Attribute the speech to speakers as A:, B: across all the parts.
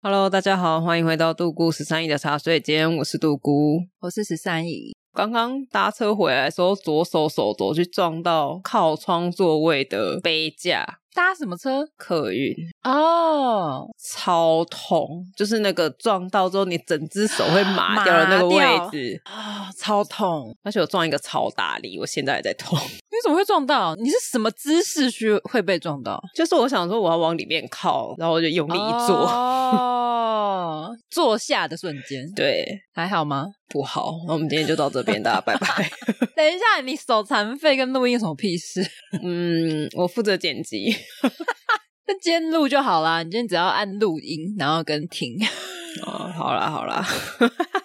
A: Hello，大家好，欢迎回到杜姑十三姨的茶水间，我是杜姑。
B: 我是十三姨，
A: 刚刚搭车回来的时候，左手手肘去撞到靠窗座位的杯架，
B: 搭什么车？
A: 客运
B: 哦，
A: 超痛，就是那个撞到之后，你整只手会麻掉的那个位
B: 麻掉
A: 置，
B: 啊、超痛！
A: 而且我撞一个超大力，我现在还在痛。
B: 你怎么会撞到？你是什么姿势去会被撞到？
A: 就是我想说我要往里面靠，然后我就用力一坐，
B: 哦，坐下的瞬间，
A: 对，
B: 还好吗？
A: 不好。那我们今天就到这边，大家拜拜。
B: 等一下，你手残废跟录音有什么屁事？
A: 嗯，我负责剪辑。
B: 那今天录就好啦，你今天只要按录音，然后跟停，
A: 哦，好啦好啦，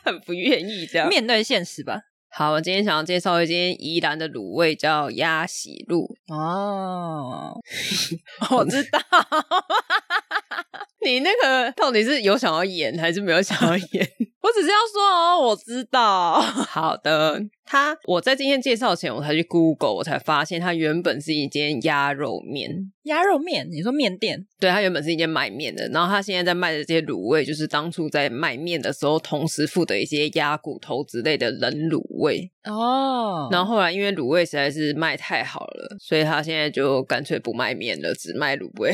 A: 很不愿意这样。
B: 面对现实吧。
A: 好，我今天想要介绍一间宜兰的卤味，叫鸭喜 路。
B: 哦，
A: 我知道，你那个到底是有想要演还是没有想要演？
B: 我只是要说哦，我知道，
A: 好的，它我在今天介绍前，我才去 Google，我才发现它原本是一间鸭肉面。
B: 鸭肉面，你说面店
A: 对，它原本是一间卖面的，然后它现在在卖的这些卤味，就是当初在卖面的时候，同时附的一些鸭骨头之类的冷卤味。
B: 哦然
A: 然
B: 后
A: 后后来因为卤味实在是卖太好了，所以他现在就干脆不卖面了，只卖卤味。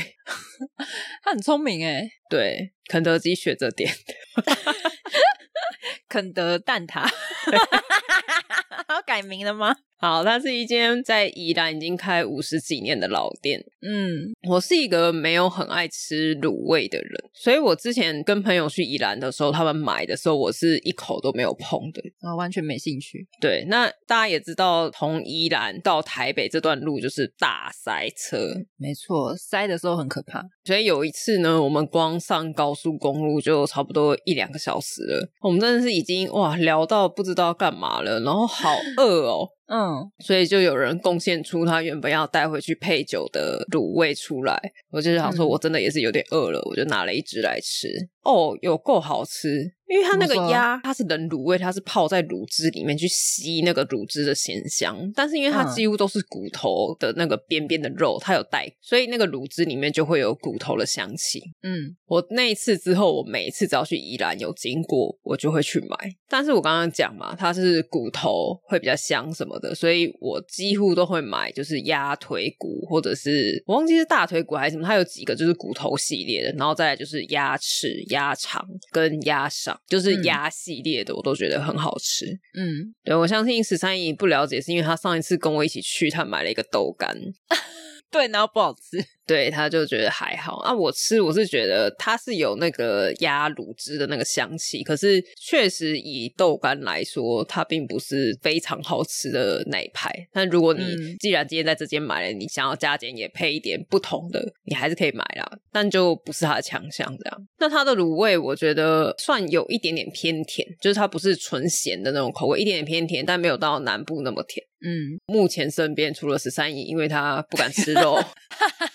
B: 他很聪明哎，
A: 对，肯德基学着点，
B: 肯德蛋挞， 要改名了吗？
A: 好，它是一间在宜兰已经开五十几年的老店。
B: 嗯，
A: 我是一个没有很爱吃卤味的人，所以我之前跟朋友去宜兰的时候，他们买的时候，我是一口都没有碰的。
B: 我哦完全没兴趣。
A: 对，那大家也知道，从宜兰到台北这段路就是大塞车，
B: 没错，塞的时候很可怕。
A: 所以有一次呢，我们光上高速公路就差不多一两个小时了，我们真的是已经哇聊到不知道干嘛了，然后好饿哦，
B: 嗯，
A: 所以就有人贡献出他原本要带回去配酒的卤味出来。我就想说，
B: 嗯
A: 我真的也是有点饿了，我就拿了一只来吃。哦，有够好吃，因为它那个
B: 怎么说
A: 鸭它是冷卤味，它是泡在卤汁里面去吸那个卤汁的咸香，但是因为它
B: 嗯
A: 几乎都是骨头的那个边边的肉，它有带，所以那个卤汁里面就会有骨头的香气。
B: 嗯，
A: 我那一次之后，我每一次只要去宜兰有经过，我就会去买。但是我刚刚讲嘛，它是骨头会比较香什么的，所以我几乎都会买，就是鸭腿骨或者是我忘记是大腿骨还是什么，它有几个就是骨头系列的，然后再来就是鸭翅、鸭肠跟鸭掌，就是
B: 嗯
A: 鸭系列的，我都觉得很好吃。
B: 嗯，
A: 对我相信十三姨不了解，是因为她上一次跟我一起去，她买了一个豆干，
B: 对，然后不好吃。
A: 对，他就觉得还好啊。我吃我是觉得它是有那个鸭卤汁的那个香气，可是确实以豆干来说，它并不是非常好吃的那一派。但如果你
B: 嗯
A: 既然今天在这间买了，你想要加减也配一点不同的，你还是可以买啦，但就不是它的强项这样。那它的卤味我觉得算有一点点偏甜，就是它不是纯咸的那种口味，一点点偏甜，但没有到南部那么甜。
B: 嗯，
A: 目前身边除了十三姨，因为她不敢吃肉。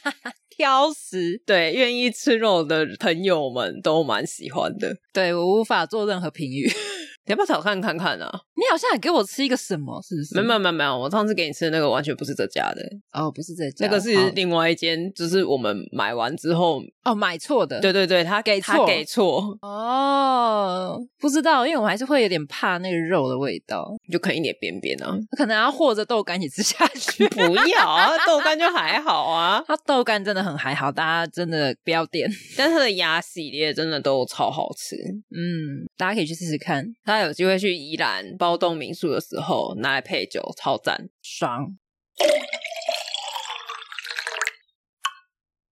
B: 挑食，
A: 对，愿意吃肉的朋友们都蛮喜欢的。
B: 对我无法做任何评语。
A: 你要不要挑看看看啊？
B: 你好像也给我吃一个什么，是不是？
A: 没有没有没有没有，我上次给你吃的那个完全不是这家的，
B: 哦，不是这家，
A: 那个是
B: 好
A: 另外一间，就是我们买完之后，
B: 哦，买错的。
A: 对对对，他
B: 给
A: 他
B: 错
A: 给错，
B: 哦，不知道，因为我还是会有点怕那个肉的味道，
A: 你就啃一点边边啊，
B: 我可能要和着豆干一起吃下去。
A: 不要啊，豆干就还好啊，
B: 它豆干真的很还好，大家真的不要点。
A: 但是它的鸭系列真的都超好吃。
B: 嗯，大家可以去试试看，
A: 他有机会去宜兰包栋民宿的时候拿来配酒，超赞。
B: 爽。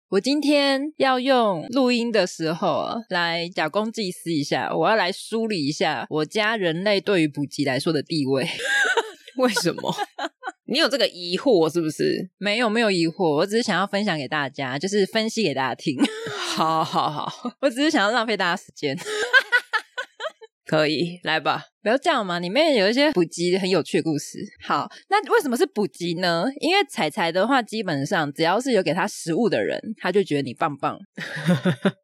B: 我今天要用录音的时候啊，来假公济私一下，我要来 梳理一下我家人类对于补给来说的地位。
A: 为什么？你有这个疑惑是不是？
B: 没有没有疑惑，我只是想要分享给大家，就是分析给大家听。
A: 好好好，
B: 我只是想要浪费大家时间，
A: 可以来吧。
B: 不要这样嘛！里面有一些补给很有趣的故事。好，那为什么是补给呢？因为彩彩的话，基本上只要是有给他食物的人，他就觉得你棒棒。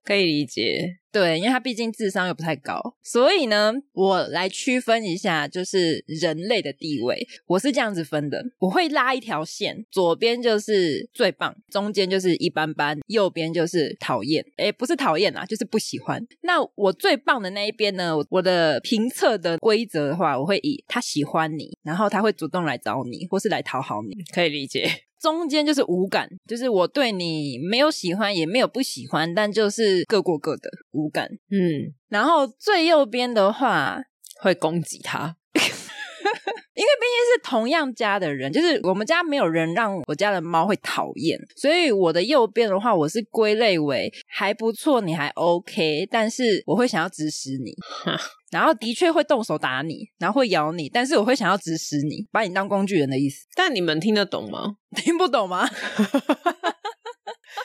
A: 可以理解。
B: 对，因为他毕竟智商又不太高，所以呢，我来区分一下，就是人类的地位，我是这样子分的，我会拉一条线，左边就是最棒，中间就是一般般，右边就是讨厌，诶，不是讨厌啦，就是不喜欢。那我最棒的那一边呢，我的评测的规则的话，我会以他喜欢你，然后他会主动来找你，或是来讨好你，
A: 可以理解，
B: 中间就是无感，就是我对你没有喜欢，也没有不喜欢，但就是各过各的无感。
A: 嗯，
B: 然后最右边的话，
A: 会攻击他，
B: 因为毕竟是同样家的人，就是我们家没有人让我家的猫会讨厌，所以我的右边的话，我是归类为还不错，你还 OK，但是我会想要指使你， 然后的确会动手打你，然后会咬你，但是我会想要指使你，把你当工具人的意思，
A: 但你们听得懂吗？
B: 听不懂吗？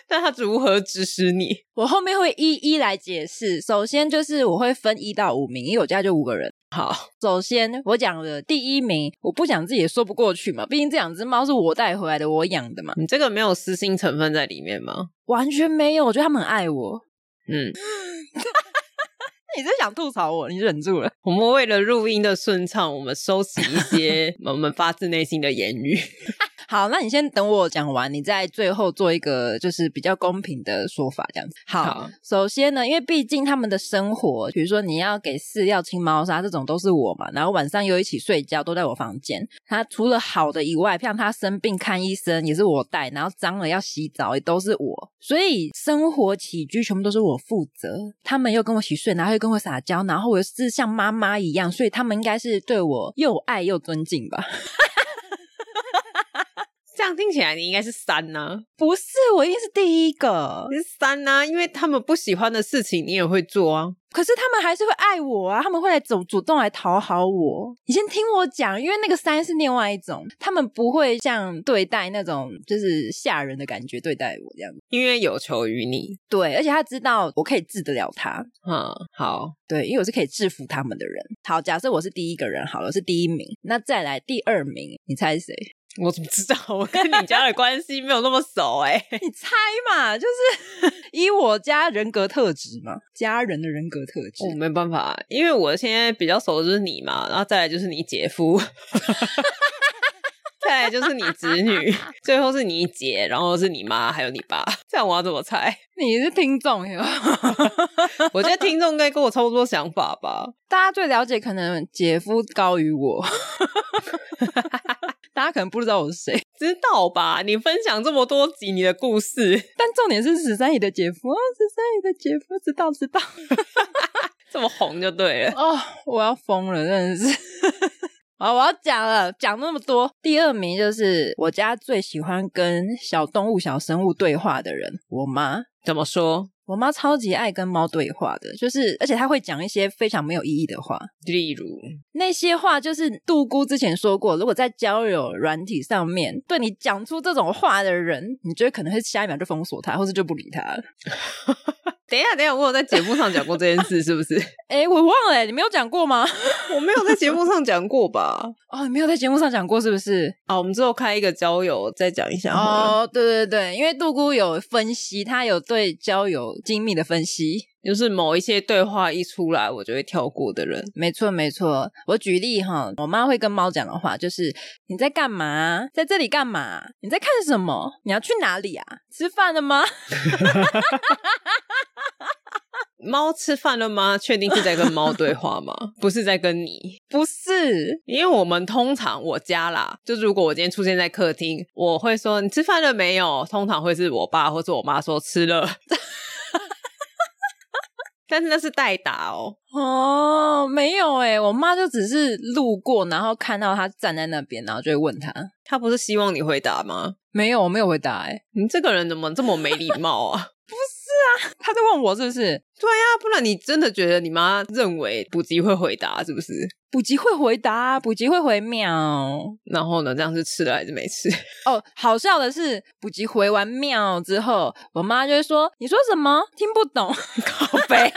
A: 但他如何指使你？
B: 我后面会一一来解释。首先就是我会分一到五名，因为我家就五个人。
A: 好，
B: 首先我讲的第一名，我不讲自己也说不过去嘛，毕竟这两只猫是我带回来的，我养的嘛，
A: 你这个没有私心成分在里面吗？
B: 完全没有。我觉得他们很爱我。
A: 嗯，
B: 你是想吐槽我？你忍住了。
A: 我们为了录音的顺畅，我们收起一些我们发自内心的言语。
B: 好，那你先等我讲完，你再最后做一个就是比较公平的说法，这样子。好，
A: 好
B: 首先呢，因为毕竟他们的生活，比如说你要给饲料、清猫砂这种都是我嘛，然后晚上又一起睡觉，都在我房间。他除了好的以外，像他生病看医生也是我带，然后脏了要洗澡也都是我，所以生活起居全部都是我负责。他们又跟我一起睡，然后又跟我撒娇，然后我又是像妈妈一样，所以他们应该是对我又爱又尊敬吧。
A: 这样听起来你应该是三呢、
B: 不是，我一定是第一个。
A: 你是三呢、因为他们不喜欢的事情你也会做啊。
B: 可是他们还是会爱我啊，他们会来主主动来讨好我。你先听我讲，因为那个三是另外一种，他们不会像对待那种就是吓人的感觉对待我这样。
A: 因为有求于你。
B: 对，而且他知道我可以治得了他，
A: 嗯，好，
B: 对，因为我是可以制服他们的人。好，假设我是第一个人好了，是第一名，那再来第二名，你猜是谁？
A: 我怎么知道？ 我跟你家的关系没有那么熟哎、
B: 你猜嘛，就是 以我家人格特质嘛，家人的人格特质。
A: 哦我没办法，因为我现在比较熟的就是你嘛，然后再来就是你姐夫， 再来就是你侄女，最后是你姐，然后是你妈，还有你爸。这样我要怎么猜？
B: 你是听众哟。
A: 我觉得听众应该跟我差不多想法吧。
B: 大家最了解可能姐夫高于我， 大家可能不知道我是谁，
A: 知道吧？你分享这么多集你的故事，
B: 但重点是十三姨的姐夫哦，十三姨的姐夫知道知道
A: 这么红就对了。
B: 哦，我要疯了，真的是。 好，我要讲了，讲那么多。第二名就是我家最喜欢跟小动物、小生物对话的人，我妈。
A: 怎么说？
B: 我妈超级爱跟猫对话的，就是而且她会讲一些非常没有意义的话，
A: 例如，
B: 那些话就是杜姑之前说过，如果在交友软体上面对你讲出这种话的人，你觉得可能会下一秒就封锁他，或是就不理他了。
A: 等一下，等一下，我有在节目上讲过这件事，是不是？
B: 哎，我忘了诶，你没有讲过吗？
A: 我没有在节目上讲过吧？
B: 哦，你没有在节目上讲过是不是？
A: 啊，我们之后开一个交友再讲一下好了。
B: 哦，对对对，因为杜姑有分析，她有对交友精密的分析。
A: 就是某一些对话一出来，我就会跳过的人。
B: 没错，没错。我举例哈，我妈会跟猫讲的话就是：“你在干嘛？啊在这里干嘛？啊你在看什么？你要去哪里啊？吃饭了吗？”
A: 猫吃饭了吗？确定是在跟猫对话吗？ 不是在跟你，
B: 不是，
A: 因为我们通常我家啦，就是如果我今天出现在客厅，我会说你吃饭了没有？通常会是我爸或是我妈说吃了， 但是那是代打哦。
B: 哦，没有诶、我妈就只是路过，然后看到他站在那边，然后就会问他。
A: 他不是希望你回答吗？
B: 没有，我没有回答诶、欸
A: 你这个人怎么这么没礼貌啊？
B: 是啊，他在问我是不是？
A: 对呀、不然你真的觉得你妈认为补习会回答是不是？
B: 补习会回答，补习会回秒。
A: 然后呢，这样是吃了还是没吃？
B: 哦，好笑的是，补习回完秒之后，我妈就会说：“你说什么？听不懂。”
A: 好悲。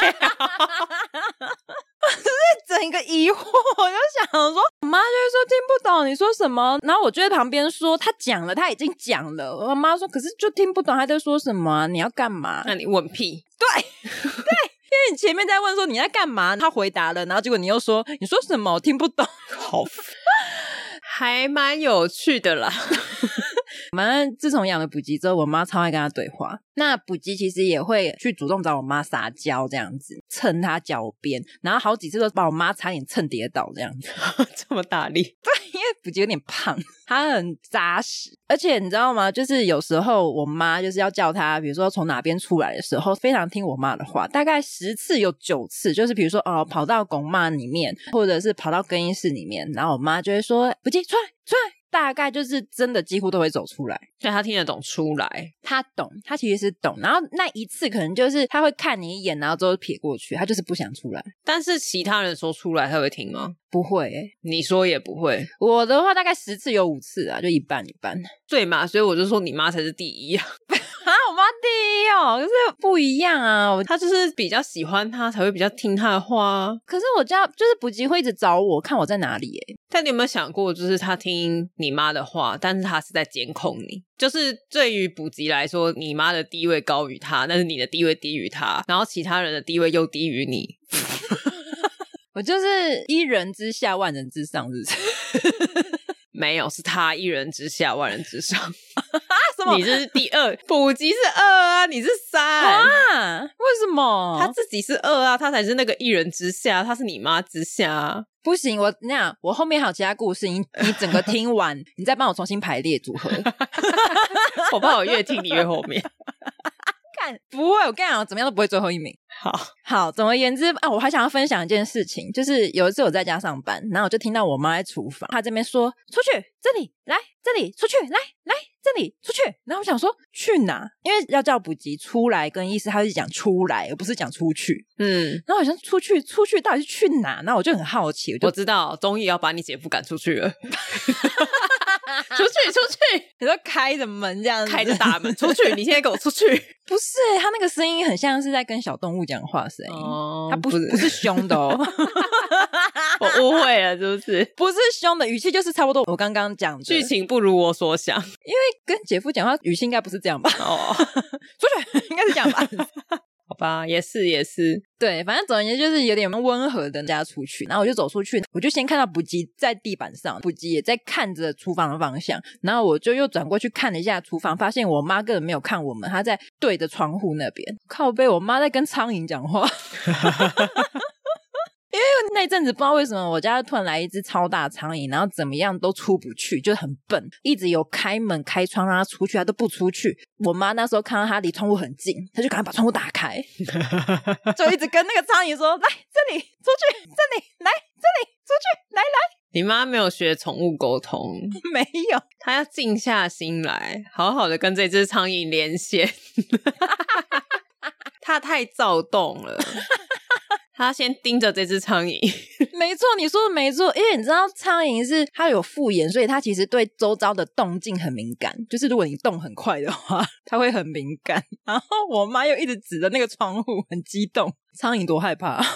B: 整个疑惑，我就想说，我妈就会说听不懂你说什么，然后我就在旁边说，她讲了，她已经讲了。我妈说，可是就听不懂她在说什么啊、你要干嘛？
A: 那你问屁？
B: 因为你前面在问说你在干嘛，她回答了，然后结果你又说你说什么，我听不懂。
A: 好，还蛮有趣的啦。
B: 反正自从养了补吉之后，我妈超爱跟她对话。那补吉其实也会去主动找我妈撒娇，这样子蹭她脚边，然后好几次都把我妈差点蹭跌倒这样子。
A: 这么大力，
B: 因为补吉有点胖， 他很扎实，而且你知道吗？就是有时候我妈就是要叫他，比如说从哪边出来的时候，非常听我妈的话，大概十次有九次，就是比如说哦，跑到拱妈里面，或者是跑到更衣室里面，然后我妈就会说：“补吉出来，出来！”大概就是真的几乎都会走出来。
A: 对他听得懂出来，
B: 他懂，他其实是懂。然后那一次可能就是他会看你一眼，然后之后撇过去，他就是不想出来。
A: 但是其他人说出来他会听吗？
B: 不会、欸，
A: 你说也不会，
B: 我的话大概十次有五次啊，就一半一半。
A: 对嘛？所以我就说你妈才是第一啊，
B: 啊，我妈第一哦，可是不一样啊。我
A: 她就是比较喜欢他才会比较听他的话啊。
B: 可是我家就是补习会一直找我，看我在哪里、欸。
A: 但你有没有想过，就是他听你妈的话，但是他是在监控你。就是对于补习来说，你妈的地位高于他，但是你的地位低于他，然后其他人的地位又低于你。
B: 我就是一人之下，万人之上，是 不是？
A: 没有，是他一人之下，万人之上。
B: 什么
A: 你这是第二，补习是二啊，你是三。
B: 啊？为什么？
A: 他自己是二啊，他才是那个一人之下，他是你妈之下啊。
B: 不行，我那样，我后面还有其他故事，你你整个听完，你再帮我重新排列组 合。
A: 我怕我越听你越后面。
B: 看，不会，我跟你讲，怎么样都不会最后一名。
A: 好，
B: 好，总而言之啊，我还想要分享一件事情，就是有一次我在家上班，然后我就听到我妈在厨房，她这边说出去，这里来，这里出去，来来这里出去。然后我想说去哪？因为要叫补习出来跟意思，她是讲出来，而不是讲出去。
A: 嗯，
B: 然后我想出去，出去到底是去哪？那我就很好奇，我就
A: 我知道，终于要把你姐夫赶出去了。 出去，出去，
B: 你说开着门这样子
A: 开着大门出 去！你现在给我出去！
B: 不是，她那个声音很像是在跟小动物讲话的声音，
A: 哦
B: 她不不是凶的 哦。
A: 我误会了，是不是？
B: 不是凶的语气，就是差不多我刚刚讲的
A: 剧情不如我所想
B: 跟姐夫讲话语气应该不是这样吧？
A: 哦，
B: 出去应该是这样吧？
A: 好吧，也是也是，
B: 对，反正总而言之就是有点温和的家出去，然后我就走出去，我就先看到补吉在地板上，补吉也在看着厨房的方向，然后我就又转过去看了一下厨房，发现我妈根本没有看我们，她在对着窗户那边靠背，我妈在跟苍蝇讲话。因为那阵子不知道为什么我家突然来一只超大苍蝇，然后怎么样都出不去，就很笨，一直有开门开窗让它出去，它都不出去。我妈那时候看到它离窗户很近，她就赶快把窗户打开，就一直跟那个苍蝇说：“来这里，出去，这里，来这里，出去，来来。
A: 你妈没有学宠物沟通，”
B: 没有，
A: 她要静下心来，好好的跟这只苍蝇连 线。她太躁动 了，她先盯着这只苍蝇。
B: 没错，你说的没错，因为你知道苍蝇是它有复眼，所以它其实对周遭的动静很敏感。就是如果你动很快的话， 它会很敏感。然后我妈又一直指着那个窗户，很激动。苍蝇多害怕、啊！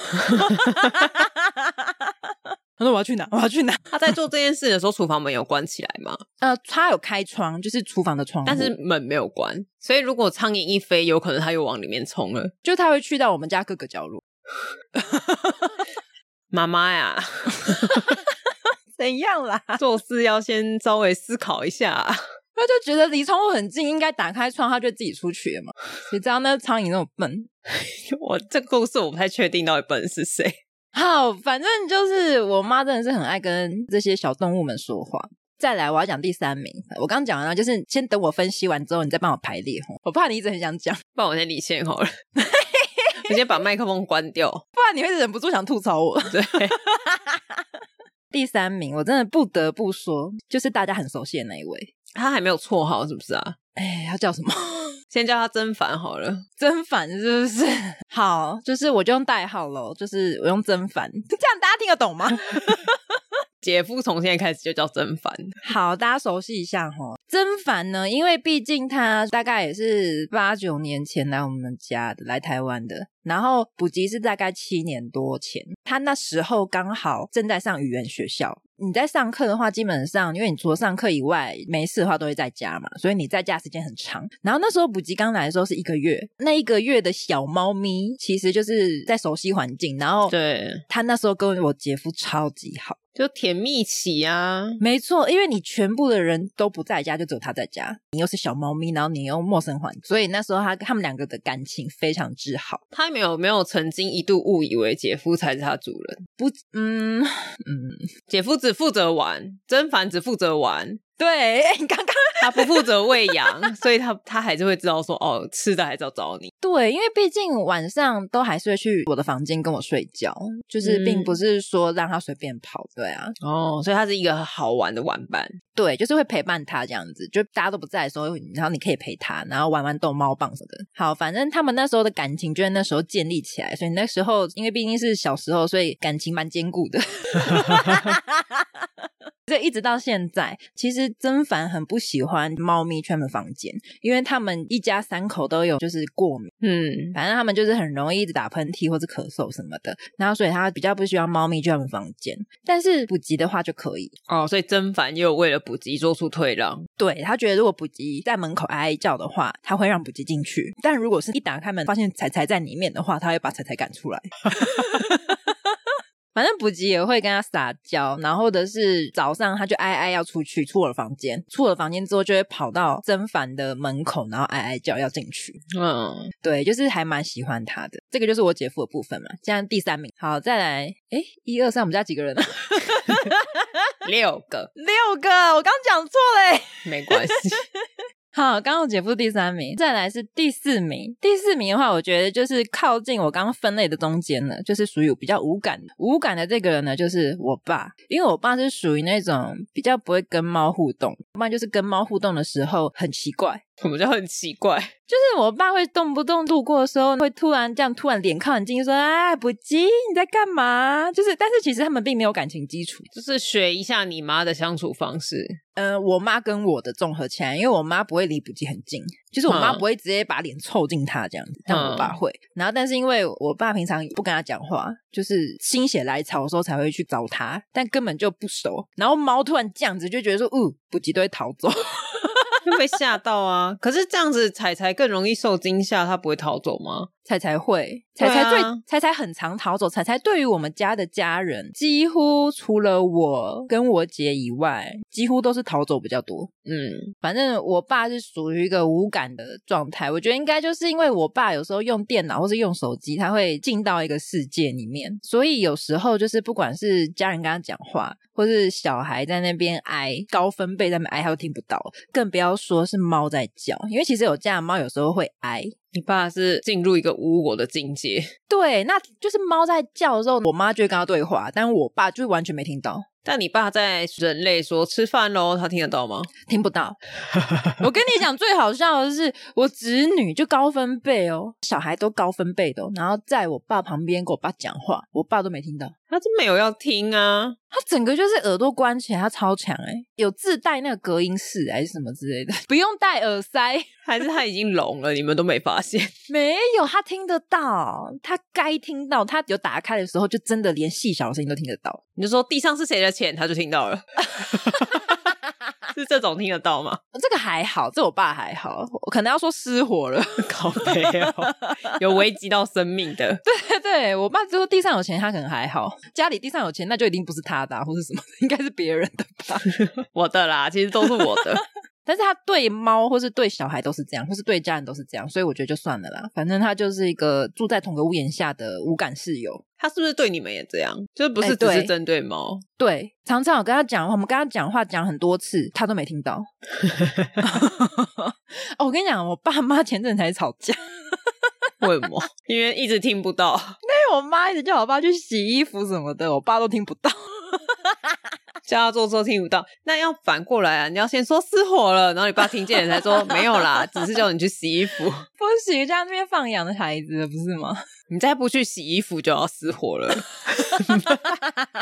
B: 她说我要去哪？我要去哪？
A: 她在做这件事的时候，厨房门有关起来吗？
B: 呃，她有开窗，就是厨房的窗户，
A: 但是门没有关，所以如果苍蝇一飞，有可能它又往里面冲了。
B: 就她会去到我们家各个角落。
A: 妈妈呀，
B: 怎样啦？
A: 做事要先稍微思考一下。啊
B: 她就觉得离窗户很近，应该打开窗，她就自己出去了嘛。谁知道那苍蝇那么笨，
A: 我这故事我不太确定到底本人是谁。
B: 好，反正就是我妈真的是很爱跟这些小动物们说话。再来，我要讲第三名。我刚讲完了，就是先等我分析完之后，你再帮我排列吼。我怕你一直很想讲，
A: 不然我先离线好了， 我先把麦克风关掉。
B: 不然你会忍不住想吐槽我。
A: 对，
B: 第三名，我真的不得不说，就是大家很熟悉的那一位。
A: 他还没有绰号是不是啊？
B: 哎，他叫什么？
A: 先叫他曾凡好了。
B: 曾凡是不是？ 好，就是我就用代号喽，就是我用曾凡， 这样大家听得懂吗？
A: 姐夫从现在开始就叫曾凡，
B: 好，大家熟悉一下哈。曾凡呢，因为毕竟他大概也是八九年前来我们家的，来台湾的。然后补习是大概七年多前，他那时候刚好正在上语言学校。你在上课的话，基本上因为你除了上课以外，没事的话都会在家嘛，所以你在家时间很长。然后那时候补习刚来的时候是一个月，那一个月的小猫咪其实就是在熟悉环境，然后
A: 对，
B: 他那时候跟我姐夫超级好。
A: 就甜蜜期啊。
B: 没错，因为你全部的人都不在家，就只有他在家。你又是小猫咪，然后你又陌生环境，所以那时候他他们两个的感情非常之好。
A: 他没有没有曾经一度误以为姐夫才是他主人，
B: 不，嗯 嗯，
A: 姐夫只负责玩，曾凡只负责玩，
B: 对，哎你刚刚
A: 他不负责喂养，所以他他还是会知道说哦，吃的还是要找你。
B: 对，因为毕竟晚上都还是会去我的房间跟我睡觉，就是
A: 嗯
B: 并不是说让他随便跑，对啊，
A: 哦，所以他是一个好玩的玩伴，
B: 对，就是会陪伴他这样子，就大家都不在的时候，然后你可以陪他，然后玩玩逗猫棒什么的。好，反正他们那时候的感情就在那时候建立起来，所以那时候因为毕竟是小时候，所以感情蛮坚固的。 所以一直到现在，其实曾凡很不喜欢猫咪去他们房间，因为他们一家三口都有就是过敏，
A: 嗯，
B: 反正他们就是很容易一直打喷嚏或者咳嗽什么的，然后所以他比较不喜欢猫咪去他们房间。但是补给的话就可以，
A: 哦，所以曾凡也有为了补给做出退让，
B: 对他觉得，如果补习在门口哀哀叫的话，他会让补习进去；但如果是一打开门发现彩彩在里面的话，他会把彩彩赶出来。 反正补习也会跟他撒娇，然后或者是早上他就哀哀要出去，出我的房间，出我的房间之后就会跑到曾凡的门口，然后哀哀叫要进去。
A: 嗯，
B: 对，就是还蛮喜欢他的。这个就是我姐夫的部分嘛，这样第三名。好，再来，诶，一二三，我们家几个人啊？
A: 六个
B: 六个，我刚讲错欸嘞。
A: 没关 系，
B: 好，刚刚我姐夫第三名，再来是第四名。第四名的话，我觉得就是靠近我刚刚分类的中间了，就是属于比较无感的。无感的这个人呢，就是我爸，因为我爸是属于那种比较不会跟猫互动，不然就是跟猫互动的时候很奇怪。
A: 我们就很奇怪，
B: 就是我爸会动不动路过的时候，会突然这样突然脸靠很近，说：“啊，补吉，你在干嘛？”就是，但是其实他们并没有感情基础。
A: 就是学一下你妈的相处方 式，
B: 呃，我妈跟我的综合起来，因为我妈不会离补给很近，就是我妈
A: 嗯
B: 不会直接把脸凑近她这样子，但我爸会。然后，但是因为我爸平常不跟她讲话，就是心血来潮的时候才会去找她，但根本就不熟。然后猫突然这样子，就觉得说，嗯，补给都会逃走。
A: 会被吓到啊。可是这样子彩彩更容易受惊吓，她不会逃走吗？
B: 彩彩会，彩
A: 对啊
B: 彩最、彩彩很常逃走。彩彩对于我们家的家人，几乎除了我跟我姐以外，几乎都是逃走比较多。
A: 嗯，
B: 反正我爸是属于一个无感的状态，我觉得应该就是因为我爸有时候用电脑或是用手机，他会进到一个世界里面，所以有时候就是不管是家人跟他讲话，或是小孩在那边哀高分贝在那边哀，他都听不到，更不要说是猫在叫，因为其实有家的猫有时候会哀。
A: 你爸是进入一个无我的境界。
B: 对，那就是猫在叫的时候，我妈就会跟他对话，但我爸就是完全没听到，
A: 但你爸在人类说吃饭喽，他听得到吗？
B: 听不到。我跟你讲，最好笑的是，我侄女就高分贝哦，小孩都高分贝的、哦，然后在我爸旁边跟我爸讲话，我爸都没听到，
A: 他就没有要听啊。
B: 他整个就是耳朵关起来，他超强哎、有自带那个隔音室还是什么之类的， 不用戴耳塞，
A: 还是他已经聋了，你们都没发现？
B: 没有，他听得到，他该听到，他有打开的时候，就真的连细小的声音都听得到。
A: 你就说地上是谁的钱，他就听到了， 是这种听得到吗？
B: 这个还好，这我爸还好，我可能要说失火了。
A: 靠背哦，有危及到生命的，
B: 对 对，我爸说地上有钱，他可能还好；家里地上有钱，那就一定不是他的、 啊，或是什么，应该是别人的吧。
A: 我的啦，其实都是我的。
B: 但是他对猫或是对小孩都是这样，或是对家人都是这样，所以我觉得就算了啦。反正他就是一个住在同个屋檐下的无感室友。
A: 他是不是对你们也这样？就不
B: 哎
A: 是只
B: 对
A: 是针对猫？
B: 对，常常我跟他讲话，我们跟他讲话讲很多次，他都没听到。 哦，我跟你讲，我爸妈前阵子才吵架，
A: 为什么？ 因为一直听不到。
B: 因为我妈一直叫我爸去洗衣服什么的，我爸都听不到。
A: 叫他做之后听不到，那要反过来啊，你要先说失火了，然后你爸听见了才说没有啦，只是叫你去洗衣服，
B: 不行，这样那边放养的孩子不是吗？
A: 你再不去洗衣服就要失火了，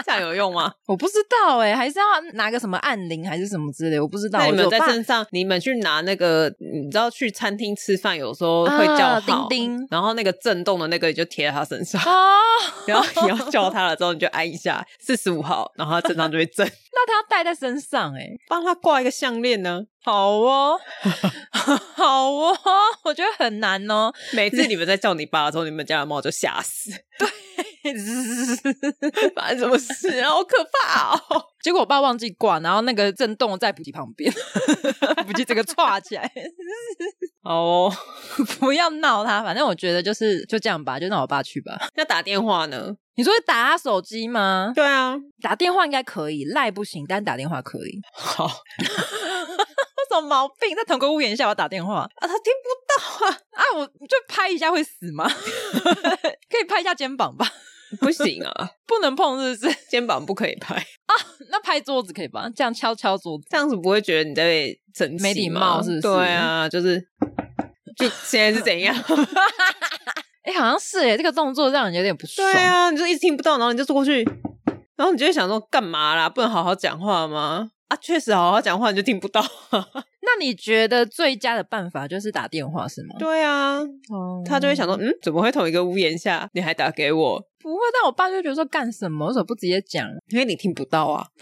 A: 这样有用吗？
B: 我不知道哎、还是要拿个什么按铃还是什么之类，我不知道。
A: 那你
B: 我
A: 们
B: 就
A: 在
B: 爸
A: 镇上，你们去拿那个，你知道去餐厅吃饭有时候会叫
B: 啊
A: 号，
B: 叮 叮
A: 然后那个震动的那个你就贴在他身上，
B: 哦，
A: 然后你要叫他了之后你就按一下四十五号，然后他身上就会震，
B: 那他要带在身上哎、
A: 帮他挂一个项链呢。
B: 好 哦，好哦，我觉得很难哦。
A: 每次你们在叫你爸的时候，你们家的猫就吓死， 发生什么事啊？好可怕哦！
B: 结果我爸忘记挂，然后那个震动在补给旁边， 补给整个歘起来，
A: 好哦，
B: 不要闹他。反正我觉得就是就这样吧，就让我爸去吧。
A: 那打电话呢？
B: 你说打他手机吗？
A: 对啊，
B: 打电话应该可以，赖不行，但打电话可以。
A: 好
B: 有什么毛病？在同个屋檐下我打电话
A: 啊，他听不到啊，
B: 啊，我就拍一下会死吗？ 可以拍一下肩膀吧，
A: 不行啊，
B: 不能碰是不是？
A: 肩膀不可以拍，
B: 那拍桌子可以吧？这样敲敲桌子。
A: 这样子不会觉得你在被整
B: 没礼貌是不是
A: 对啊，就是就现在是怎样？
B: 哎、好像是哎、这个动作让人有点不爽。
A: 对啊，你就一直听不到，然后你就坐过去，然后你就会想说干嘛啦？不能好好讲话吗？啊，确实好好讲话你就听不到。
B: 那你觉得最佳的办法就是打电话是吗？
A: 对啊，
B: 哦
A: 他就会想说，嗯，怎么会同一个屋檐下你还打给我？
B: 不会，但我爸就觉得说干什么，为什么不直接讲？哦
A: 因为你听不到啊。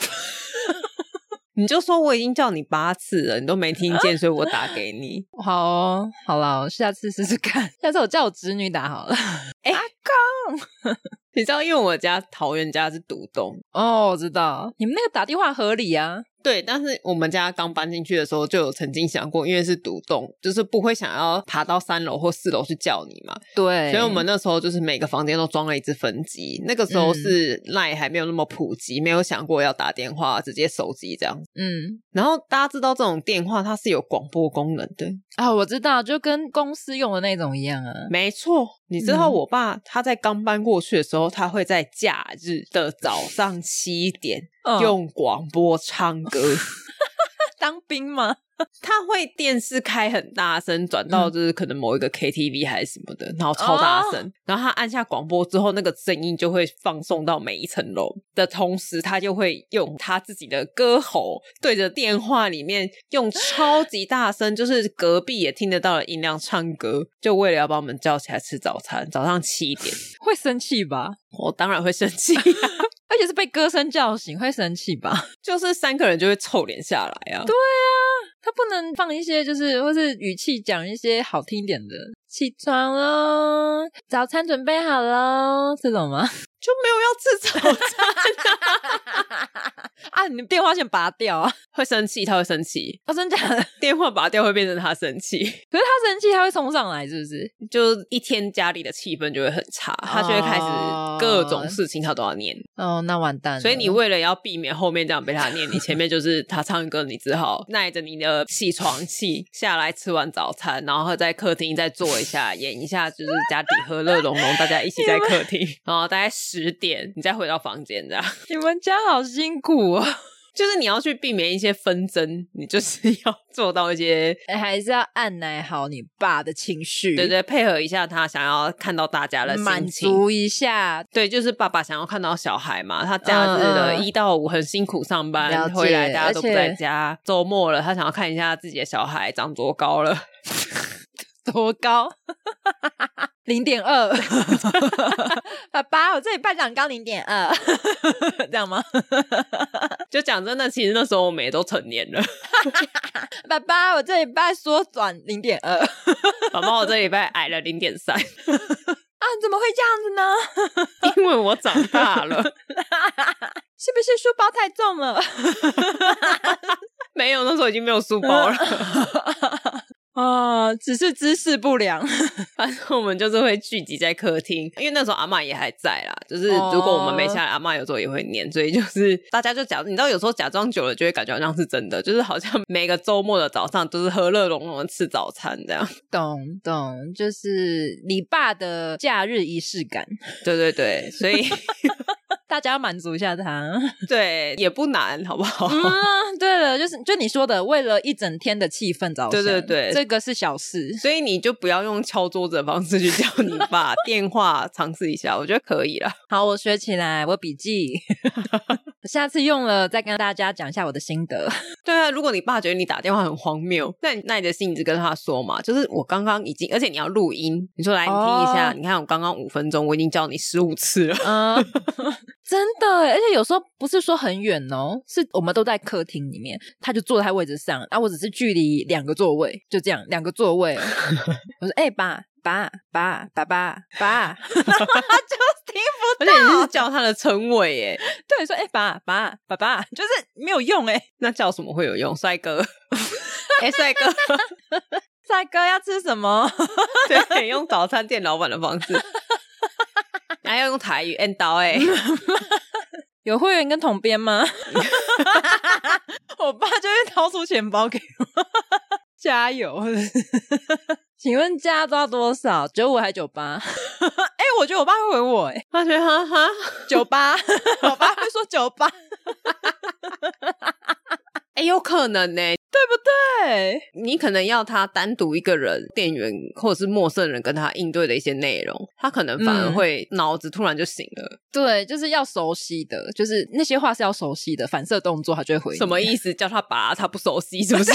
A: 你就说我已经叫你八次了，你都没听见，所以我打给你。
B: 好、哦，好啦，我下次试试看。 下次我叫我侄女打好了。
A: 你知道，因为我家桃园家是独栋，
B: 哦，我知道，你们那个打电话合理啊。
A: 对，但是我们家刚搬进去的时候就有曾经想过，因为是独栋，就是不会想要爬到三楼或四楼去叫你嘛，
B: 对，
A: 所以我们那时候就是每个房间都装了一只分机。那个时
B: 嗯
A: 候是赖还没有那么普及，没有想过要打电话，直接手机这样。
B: 嗯
A: 然后大家知道这种电话它是有广播功能的，
B: 啊，我知道，就跟公司用的那种一样啊。
A: 没错，你知道
B: 嗯
A: 我爸他在刚搬过去的时候，他会在假日的早上七点
B: 嗯
A: 用广播唱歌，
B: 当兵吗？
A: 他会电视开很大声，转到就是可能某一个 KTV 还是什么的，然后超大声，然后他按下广播之后，那个声音就会放送到每一层楼的同时，他就会用他自己的歌喉对着电话里面用超级大声，就是隔壁也听得到的音量唱歌，就为了要把我们叫起来吃早餐，早上七点。
B: 会生气吧？
A: 我当然会生气、啊
B: 而且是被歌声叫醒，会生气吧？
A: 就是三个人就会臭脸下来啊。对，
B: 他不能放一些就是或是语气讲一些好听一点的，起床喽，早餐准备好喽，这种吗？
A: 就没 有要吃早餐，
B: 啊，你电话线拔掉啊！
A: 会生气，他会生气，
B: 哦，真假的？
A: 电话拔掉会变成他生气，
B: 可是他生气，他会冲上来，是不是？
A: 就是一天家里的气氛就会很差，他就会开始各种事情他都要念，
B: 哦，那完蛋了。
A: 所以你为了要避免后面这样被他念，你前面就是他唱歌，你只 好耐着你的起床气下来吃完早餐，然后在客厅再坐一下，演一下就是家里和乐融融，大家一起在客厅，然后大概十点你再回到房间这样。
B: 你们家好辛苦哦，
A: 就是你要去避免一些纷争，你就是要做到一 些
B: 哎还是要按耐好你爸的情绪，
A: 对对，配合一下他想要看到大家的
B: 满
A: 心情。
B: 足一下。
A: 对，就是爸爸想要看到小孩嘛，他假日的
B: 嗯嗯
A: 一到五很辛苦上
B: 了
A: 班，
B: 解
A: 回来大家都不
B: 而且
A: 在家，周末了他想要看一下自己的小孩长多高了，
B: 多高？零点二，爸爸，我这里班长高零点二，这样吗？
A: 就讲真的，其实那时候我们也都成年了。
B: 爸爸，我这里班缩短零点二啊，
A: 宝宝，我这礼拜矮了零点三，
B: 怎么会这样子呢？
A: 因为我长大了。
B: 是不是书包太重了？
A: 没有，那时候已经没有书包了。
B: 啊、只是姿势不良。
A: 反正我们就是会聚集在客厅，因为那时候阿嬷也还在啦。就是
B: 哦
A: 如果我们没下来，阿嬷有时候也会念，所以就是 大家就假，你知道有时候假装久了就会感觉好像是真的，就是好像每个周末的早上都是和乐融融的吃早餐这样。
B: 懂懂，就是你爸的假日仪式感。
A: 对对对，所以
B: 大家要满足一下他。
A: 对，也不难，好不好？
B: 嗯，对了，就是就你说的，为了一整天的气氛着想，
A: 哦对对对
B: 这个是小事。
A: 所以你就不要用敲桌子的方式去叫你爸， 电话尝试一下，我觉得可以了。
B: 好，我学起来，我笔记， 下次用了再跟大家讲一下我的心得。
A: 对啊，如果你爸觉得你打电话很荒谬，那你耐着性子跟他说嘛，就是我刚刚已经，而且你要录音，你说来你听一下，
B: 哦
A: 你看我刚刚五分钟，我已经叫你十五次了。
B: 嗯，真的欸耶，而且有时候不是说很远哦，是我们都在客厅里面，他就坐在位置上，啊，我只是距离两个座位，就这样，两个座 位。我说，哎、爸爸爸爸爸 爸，
A: 而且你是叫他的称谓耶，
B: 对，说，哎、爸爸爸爸，就是没有用哎。
A: 那叫什么会有用？帅 哥，哎、帅哥，
B: 帅哥要吃什么？
A: 对，用早餐店老板的方 式，还要用台语 end 到哎，
B: 有会员跟统编吗？ 我爸就会掏出钱包给我，加油！请问加到多少？九五还九八？哎，我觉得我爸会回我、哎，
A: 他觉得哈哈，
B: 九八，我爸会说九八，
A: 哎、有可能呢，
B: 对，
A: 你可能要他单独一个人，店员或者是陌生人跟他应对的一些内容，他可能反而
B: 嗯
A: 会脑子突然就醒了，
B: 对，就是要熟悉的，就是那些话是要熟悉的，反射动作他就会回你
A: 什么意思？叫他拔，他不熟悉 是不是？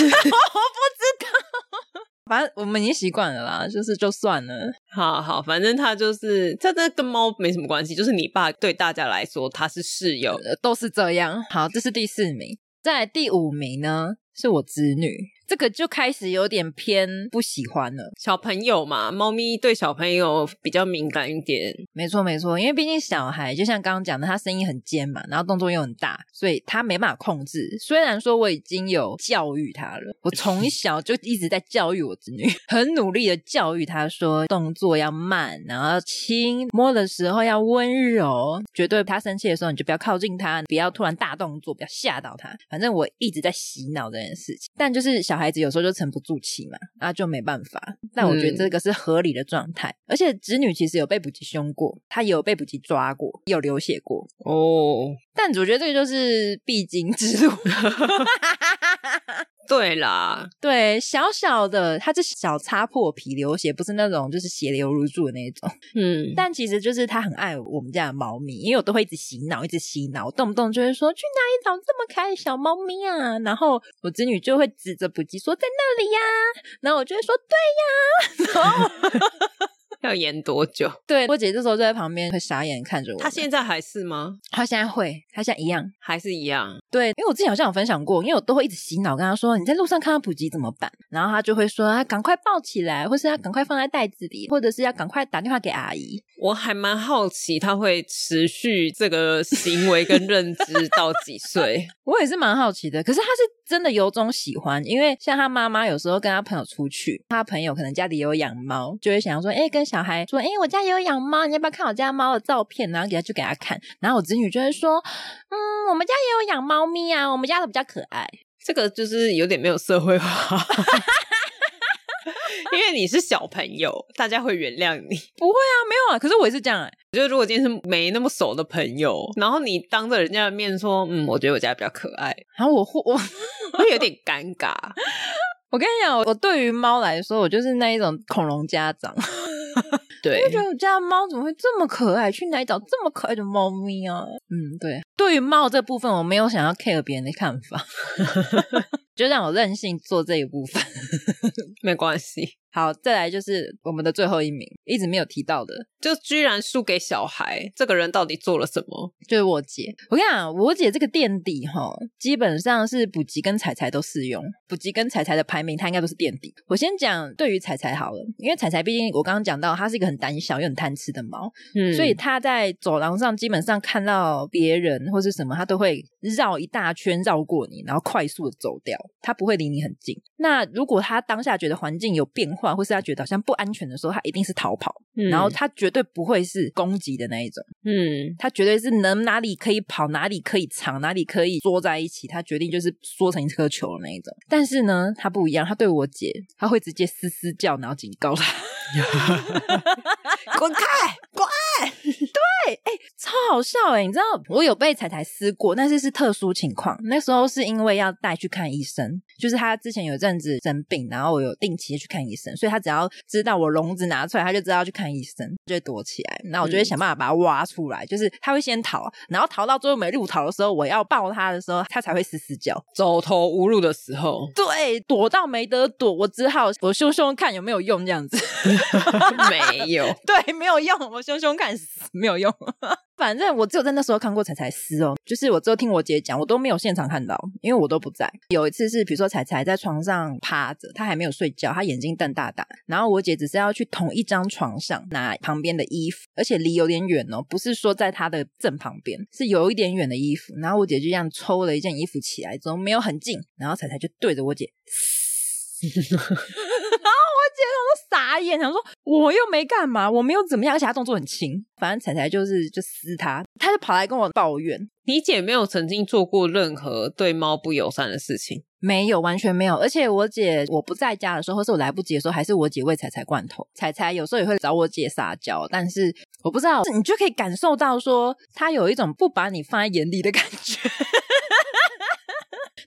B: 反正我们已经习惯了啦，就是就算了，
A: 好好，反正他就是，这这跟猫没什么关系，就是你爸对大家来说他是室友，
B: 呃都是这样。好，这是第四名，在第五名呢是我侄女，这个就开始有点偏不喜欢了。
A: 小朋友嘛，猫咪对小朋友比较敏感一点，
B: 没错，没错，因为毕竟小孩就像刚刚讲的，他声音很尖嘛，然后动作又很大，所以他没办法控制。虽然说我已经有教育他了，我从小就一直在教育我侄女，很努力的教育她说动作要慢，然后要轻，摸的时候要温柔，绝对他生气的时候你就不要靠近他，不要突然大动作，不要吓到他。反正我一直在洗脑这件事情，但就是小孩子有时候就沉不住气嘛，那就没办法。但我觉得
A: 嗯
B: 这个是合理的状态。而且侄女其实有被补习凶过，她也有被补习抓过，也有流血过。
A: 哦，
B: 但我觉得这个就是必经之路。
A: 对啦，
B: 对，小小的，她是小擦破皮流血，不是那种就是血流如注的那一种。
A: 嗯，
B: 但其实就是她很爱我们家的猫咪，因为我都会一直洗脑，一直洗脑，我动不动就会说去哪里找这么可爱的小猫咪啊？然后我侄女就会指着补习说在那里呀、然后我就会说对呀、然后
A: 要演多久？
B: 对我姐这时候就在旁边会傻眼看着我们。
A: 他现在还是吗？
B: 她现在会，她现在一样。
A: 还是一样？
B: 对，因为我之前好像有分享过，因为我都会一直洗脑跟他说，你在路上看到普吉怎么办？然后他就会说，啊，赶快抱起来，或是要赶快放在袋子里，或者是要赶快打电话给阿姨。
A: 我还蛮好奇他会持续这个行为跟认知到几岁？
B: 我也是蛮好奇的，可是他是真的由衷喜欢，因为像他妈妈有时候跟他朋友出去，他朋友可能家里有养猫，就会想要说，哎、跟小孩说，哎、我家也有养猫，你要不要看我家猫的照片？然后给他就给他看，然后我侄女就会说，嗯，我们家也有养猫咪啊，我们家的比较可爱。
A: 这个就是有点没有社会化，因为你是小朋友，大家会原谅你。
B: 啊，没有啊，可是我也是这样、欸，
A: 我觉得如果今天是没那么熟的朋友，然后你当着人家的面说，嗯，我觉得我家比较可爱，
B: 然后我或我。
A: 会有点尴尬。
B: 我跟你讲，我我对于猫来说，我就是那一种恐龙家长，
A: 对
B: 就觉得我家的猫怎么会这么可爱？去哪里找这么可爱的猫咪啊？嗯，对，对于猫这部分，我没有想要 care 别人的看法，就让我任性做这一部分。
A: 没关系，
B: 好，再来就是我们的最后一名，一直没有提到的，
A: 就居然输给小孩，这个人到底做了什么？
B: 就是我姐。我跟你讲，我姐这个垫底哈，基本上是补吉跟彩彩都适用。补吉跟彩彩的排名，她应该都是垫底。我先讲对于彩彩好了，因为彩彩毕竟我刚刚讲到，它是一个很胆小又很贪吃的猫，
A: 嗯
B: 所以它在走廊上基本上看到别人或是什么，它都会绕一大圈绕过你，然后快速的走掉，它不会离你很近。那如果它当下觉得环境有变化，或是它觉得好像不安全的时候，它一定是逃跑，
A: 嗯
B: 然后它绝对不会是攻击的那一种。
A: 嗯，
B: 他绝对是能哪里可以跑，哪里可以藏，哪里可以缩在一起，他决定就是缩成一颗球的那一种。但是呢，他不一样，他对我姐，他会直接嘶嘶叫，然后警告她。
C: 滚开，滚！
B: 超好笑哎、你知道我有被彩彩撕过，但是是特殊情况。那时候是因为要带去看医生，就是他之前有一阵子生病，然后我有定期去看医生，所以他只要知道我笼子拿出来，他就知道要去看医生，就会躲起来。那我就会想办法把它挖出来，就是他会先逃，然后逃到最后没路逃的时候，我要抱他的时候，他才会嘶嘶叫。，
A: 走投无路的时候
B: 对，躲到没得躲，我只好我凶凶看有没有用这样子。
A: 没有。
B: 对，没有用，我凶凶看死没有用。 反正我只有在那时候看过彩彩撕哦，就是我只有听我姐讲，我都没有现场看到，因为我都不在。有一次是比如说彩彩在床上趴着，她还没有睡觉，她眼睛瞪大大，然后我姐只是要去同一张床上拿旁边的衣服，而且离有点远哦，不是说在她的正旁边，是有一点远的衣服。然后我姐就这样抽了一件衣服起来，怎么没有很近？然后彩彩就对着我姐 我姐想说傻眼，想说我又没干嘛，我没有怎么样，而且她动作很轻，反正彩彩就是就撕她，她就跑来跟我抱怨，
A: 你姐没有曾经做过任何对猫不友善的事情，
B: 没有，完全没有。而且我姐我不在家的时候，或是我来不及的时候，还是我姐喂彩彩罐头。彩彩有时候也会找我姐撒娇，但是我不知道，你就可以感受到说她有一种不把你放在眼里的感觉。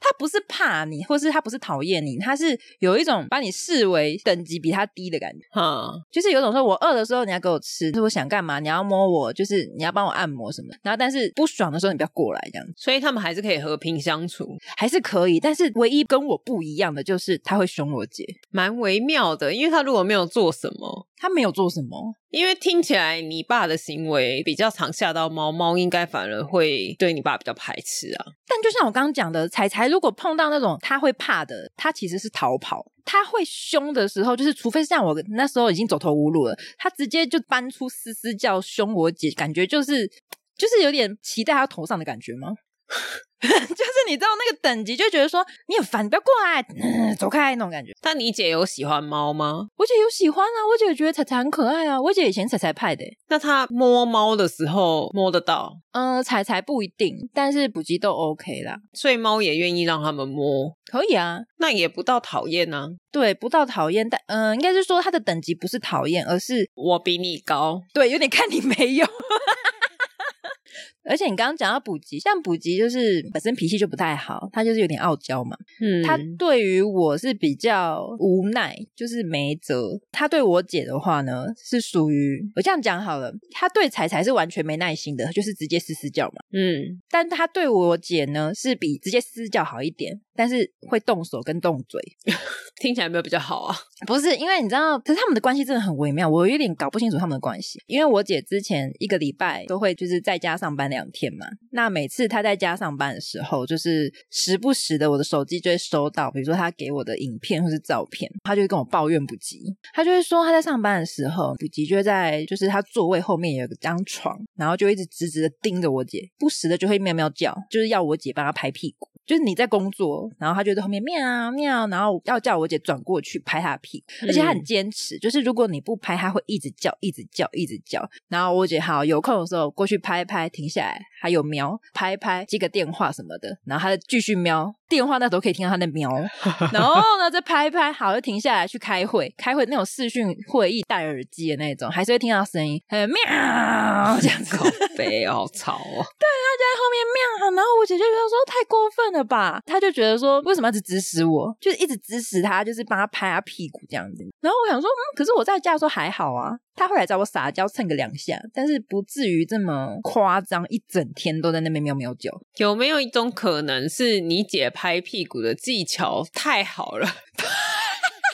B: 她不是怕你，或是她不是讨厌你，她是有一种把你视为等级比她低的感觉。
A: 哈，
B: 就是有种说我饿的时候你要给我吃，就是我想干嘛你要摸我，就是你要帮我按摩什么的。然后但是不爽的时候你不要过来，这样子
A: 所以他们还是可以和平相处，
B: 还是可以。但是唯一跟我不一样的就是他会凶我姐，
A: 蛮微妙的。因为他如果没有做什么，
B: 他没有做什么，
A: 因为听起来你爸的行为比较常吓到猫，猫应该反而会对你爸比较排斥啊。
B: 但就像我刚刚讲的，彩彩如果碰到那种他会怕的，他其实是逃跑。他会凶的时候，就是除非像我那时候已经走投无路了，他直接就搬出嘶嘶叫凶我姐，感觉就是就是有点骑在他头上的感觉吗？ 就是你知道那个等级，就觉得说你很烦，你不要过来，嗯走开那种感觉。
A: 但你姐有喜欢猫吗？
B: 我姐有喜欢啊，我姐也觉得彩彩很可爱啊，我姐以前彩彩派的欸、
A: 那她摸猫的时候摸得到，
B: 嗯、彩彩不一定，但是补给都 OK 啦，
A: 所以猫也愿意让他们摸，
B: 可以啊。
A: 那也不到讨厌啊。
B: 对，不到讨厌，但嗯、应该是说他的等级不是讨厌，而是
A: 我比你高，
B: 对，有点看你没有。 而且你刚刚讲到补给，像补给就是本身脾气就不太好，他就是有点傲娇嘛。
A: 嗯，
B: 他对于我是比较无奈，就是没辙。他对我姐的话呢，是属于我这样讲好了，他对彩彩是完全没耐心的，就是直接嘶嘶叫嘛。
A: 嗯，
B: 但他对我姐呢，是比直接嘶嘶叫好一点，但是会动手跟动嘴。
A: 听起来没有比较好啊。
B: 不是因为你知道，可是他们的关系真的很微妙，我有点搞不清楚他们的关系。因为我姐之前一个礼拜都会就是在家上班两天嘛，那每次她在家上班的时候，就是时不时的我的手机就会收到，比如说她给我的影片或是照片，她就会跟我抱怨补给，她就会说她在上班的时候，补给就会在就是她座位后面有一张床，然后就一直直直的盯着我姐，不时的就会喵喵叫，就是要我姐帮她拍屁股。就是你在工作，然后她就在后面喵喵，然后要叫我姐转过去拍她的屁股。而且他
A: 嗯
B: 很坚持，就是如果你不拍，他会一直叫，一直叫，一直叫。然后我姐好有空的时候过去拍一拍，停下来，还有喵，拍一拍，接个电话什么的，然后他就继续喵。电话那时候可以听到他的喵，然后呢再拍一拍，好就停下来去开会，开会那种视讯会议戴耳机的那种，还是会听到声音，还有喵 这样子。
A: 靠背好吵哦。
B: 在后面喵，然后我姐就觉得说太过分了吧，她就觉得说为什么要一直指使我，就是一直指使她，就是帮她拍她屁股这样子。然后我想说，嗯，可是我在家的时候还好啊，她会来找我撒娇蹭个两下，但是不至于这么夸张，一整天都在那边喵喵叫。
A: 有没有一种可能是你姐拍屁股的技巧太好了？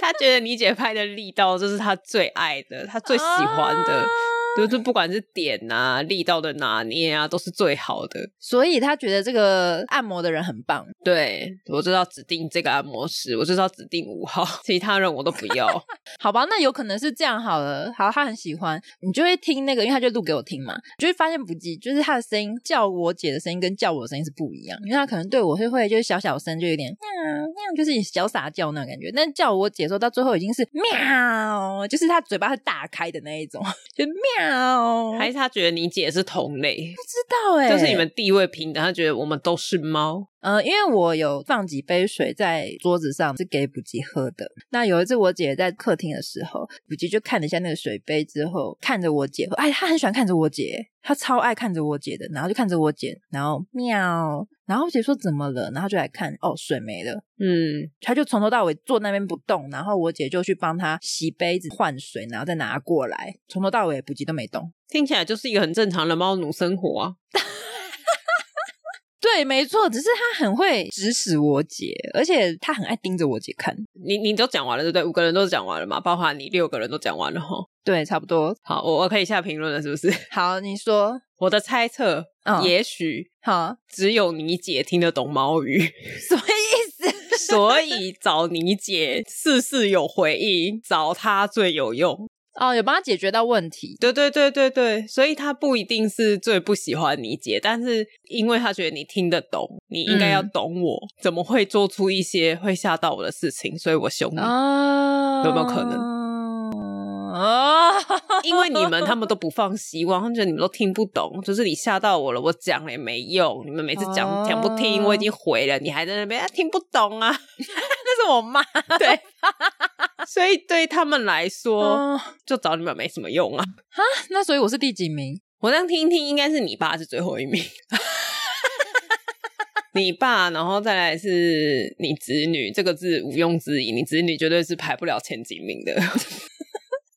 A: 她觉得你姐拍的力道就是她最爱的，她最喜欢的，
B: 啊
A: 就是不管是点啊、力道的拿捏啊，都是最好的。
B: 所以她觉得这个按摩的人很棒，
A: 对我知道指定这个按摩师，我知道指定五号，其他人我都不要。
B: 好吧，那有可能是这样好了。好，他很喜欢，你就会听那个，因为他就录给我听嘛，你就会发现不记，就是他的声音叫我姐的声音跟叫我的声音是不一样，因为他可能对我是会就是小小声，就有点喵喵，就是小撒叫那种感觉。但叫我姐的时候，到最后已经是喵，就是他嘴巴是大开的那一种， 就喵，
A: 还是她觉得你姐是同类，
B: 知道哎、
A: 就是你们地位平等，她觉得我们都是猫。
B: 呃，因为我有放几杯水在桌子上是给补吉喝的。那有一次我姐在客厅的时候，补吉就看了一下那个水杯之后，看着我姐喝，哎，她很喜欢看着我姐，她超爱看着我姐的，然后就看着我姐，然后喵，然后我姐说怎么了，然后就来看，哦，水没了。
A: 嗯，
B: 他就从头到尾坐那边不动，然后我姐就去帮他洗杯子、换水，然后再拿过来，从头到尾补给都没动。
A: 听起来就是一个很正常的猫奴生活啊。
B: 对，没错，只是他很会指使我姐，而且他很爱盯着我姐看。
A: 你你都讲完了对不对？五个人都讲完了嘛，包含你六个人都讲完了哈。
B: 对，差不多。
A: 好，我我可以下评论了，是不 是？
B: 好，你说，
A: 我的猜测，
B: 嗯
A: 也许
B: 好，
A: 只有你姐听得懂猫语，
B: 什么意思？
A: 所以找你姐事事有回应，找她最有用。
B: 哦，有帮他解决到问题。
A: 对对对对对，所以她不一定是最不喜欢你姐，但是因为她觉得你听得懂，你应该要懂我、怎么会做出一些会吓到我的事情，所以我凶你。
B: 哦，
A: 嗯有没有可能
B: 哦，
A: 因为你 们他们都不放希望，他们觉得你们都听不懂，就是你吓到我了，我讲了也没用，你们每次讲
B: 哦
A: 讲不听，我已经回了，你还在那边、啊、听不懂啊，
B: 那是我妈。
A: 对，所以对他们来说，
B: 哦，
A: 就找你们没什么用啊。
B: 那所以我是第几名？
A: 我这样听一听，应该是你爸是最后一名， 你爸，然后再来是你子女，这个是毋庸置疑，你子女绝对是排不了前几名的。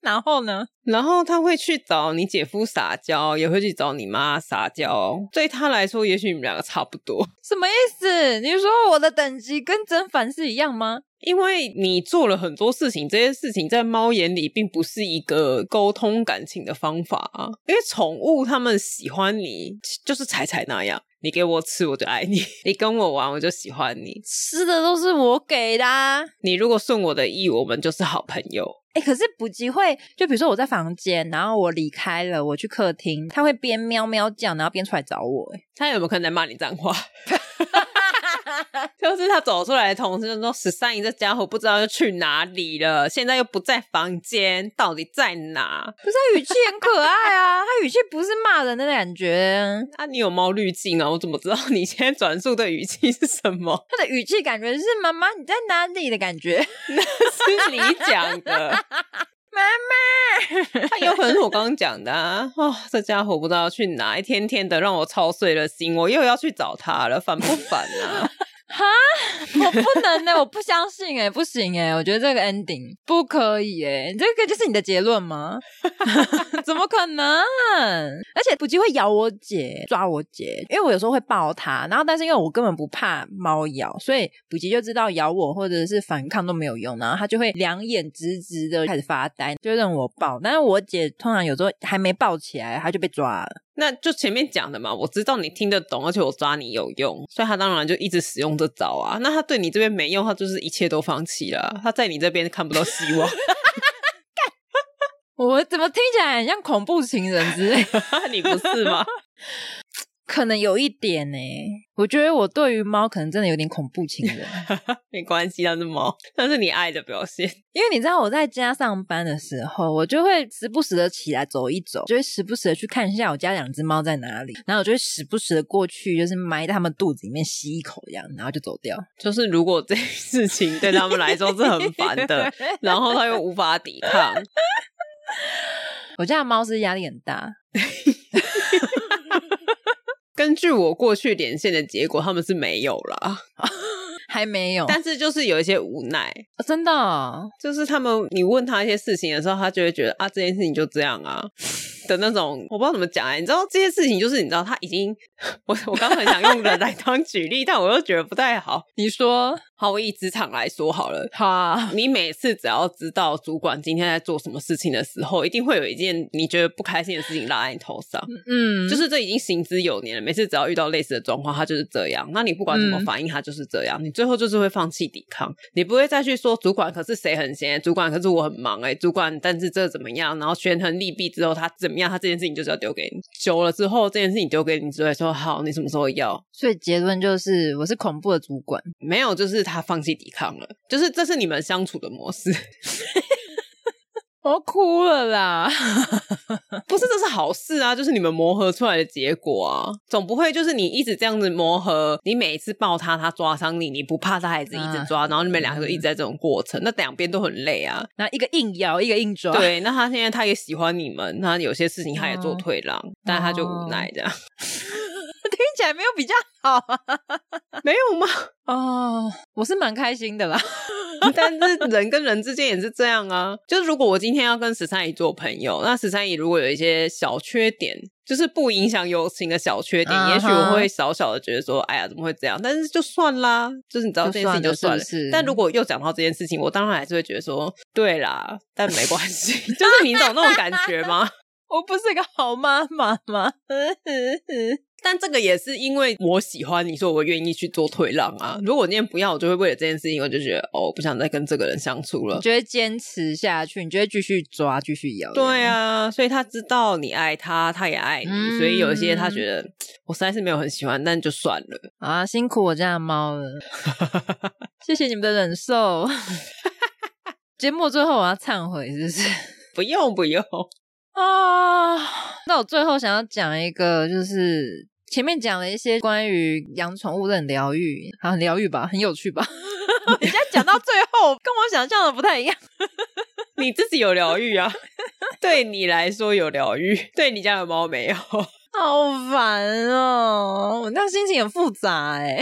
B: 然后呢？
A: 然后他会去找你姐夫撒娇，也会去找你妈撒娇。对他来说，也许你们两个差不多，
B: 什么意思？你说我的等级跟甄凡是一样吗？
A: 因为你做了很多事情，这些事情在猫眼里并不是一个沟通感情的方法啊。因为宠物它们喜欢你，就是彩彩那样，你给我吃我就爱你， 你跟我玩我就喜欢你，
B: 吃的都是我给的、啊。
A: 你如果顺我的意，我们就是好朋友。
B: 哎、可是补习会，就比如说我在房间，然后我离开了，我去客厅，他会边喵喵叫，然后边出来找我、诶
A: 他有没有可能在骂你脏话？ 就是他走出来，同事就说：“十三姨这家伙不知道又去哪里了，现在又不在房间，到底在哪
B: 可是他语气很可爱啊，他语气不是骂人的感觉，？”
A: 啊，你有猫滤镜啊，我怎么知道你现在转述的语气是什么？
B: 他的语气感觉是“妈妈你在哪里”的感觉。
A: 是你讲的，他有可能是我刚刚讲的啊！哦，这家伙不知道去哪，一天天的让我操碎了心，我又要去找他了，烦不烦啊？
B: 我不能欸呢、我不相信哎、不行哎、我觉得这个 ending 不可以哎、这个就是你的结论吗？ 怎么可能？而且补吉会咬我姐，抓我姐，因为我有时候会抱她，然后但是因为我根本不怕猫咬，所以补吉就知道咬我或者是反抗都没有用，然后他就会两眼直直的开始发呆，就让我抱。但是我姐通常有时候还没抱起来，她就被抓了。
A: 那就前面讲的嘛，我知道你听得懂，而且我抓你有用，所以他当然就一直使用这招啊。那他对你这边没用，他就是一切都放弃了，啊他在你这边看不到希望，
B: 我怎么听起来很像恐怖情人之类？
A: 你不是吗？
B: 可能有一点呢、我觉得我对于猫可能真的有点恐怖情人，
A: 没关系，那是猫，那是你爱的表现。
B: 因为你知道我在家上班的时候，我就会时不时的起来走一走，就会时不时的去看一下我家两只猫在哪里，然后我就会时不时的过去，就是埋在它们肚子里面吸一口这样，然后就走掉。
A: 就是如果这事情对他们来说是很烦的，然后他又无法抵抗，
B: 我家的猫是压力很大，
A: 根据我过去连线的结果，他们是没有啦，
B: 还没有，
A: 但是就是有一些无奈，
B: 哦真的哦、
A: 就是他们，你问他一些事情的时候，他就会觉得啊，这件事情就这样啊的那种，我不知道怎么讲哎、你知道这些事情就是你知道他已经，我我刚很想用人来当举例，但我又觉得不太好。
B: 你说
A: 好，我以职场来说好了。
B: 好，
A: 你每次只要知道主管今天在做什么事情的时候，一定会有一件你觉得不开心的事情落在你头上。
B: 嗯，
A: 就是这已经行之有年了，每次只要遇到类似的状况，他就是这样。那你不管怎么反应，他就是这样。你最后就是会放弃抵抗，你不会再去说主管可是谁很闲，主管可是我很忙哎、主管但是这怎么样？然后权衡利弊之后，他怎么样？他这件事情就是要丢给你。久了之后，这件事情丢给你，只会说好，你什么时候要？
B: 所以结论就是我是恐怖的主管，
A: 没有，就是他放弃抵抗了，就是这是你们相处的模式。
B: 我要哭了啦！
A: 不是，这是好事啊，就是你们磨合出来的结果啊，总不会就是你一直这样子磨合，你每一次抱他，他抓伤你，你不怕他还是一直抓，然后你们两个一直在这种过程，那两边都很累啊。
B: 然后一个硬咬，一个硬抓，，
A: 对，那他现在他也喜欢你们，那有些事情他也做退让，但他就无奈这样，
B: 听起来没有比较好啊。
A: 没有吗？
B: 哦，我是蛮开心的啦。
A: 但是人跟人之间也是这样啊，就是如果我今天要跟十三姨做朋友，那十三姨如果有一些小缺点，就是不影响友情的小缺点
B: 啊哈
A: 也许我会小小的觉得说，哎呀，怎么会这样？但是就算啦，就是你知道这件事情就算了。
B: 就算了是不是
A: 但如果又讲到这件事情，我当然还是会觉得说，对啦，但没关系，就是你懂那种感觉吗？
B: 我不是个好妈妈吗？
A: 但这个也是因为我喜欢你，所以我愿意去做退让啊。如果我今天不要，我就会为了这件事情，我就觉得哦，我不想再跟这个人相处了
B: 你。觉得坚持下去，你就会继续抓，继续咬。
A: 对，啊，所以他知道你爱他，他也爱你，
B: 嗯
A: 所以有一些他觉得我实在是没有很喜欢，但就算了。
B: 啊，辛苦我家的 猫了，谢谢你们的忍受。 节目最后我要忏悔，是不是？
A: 不用不用，
B: 啊，那我最后想要讲一个，就是前面讲了一些关于养宠物的很疗愈，啊，很疗愈吧，很有趣吧。 人家讲到最后，跟我想象的不太一样。
A: 你自己有疗愈啊， 对你来说有疗愈， 对你家的猫没有。
B: 好烦哦！我那心情很复杂哎、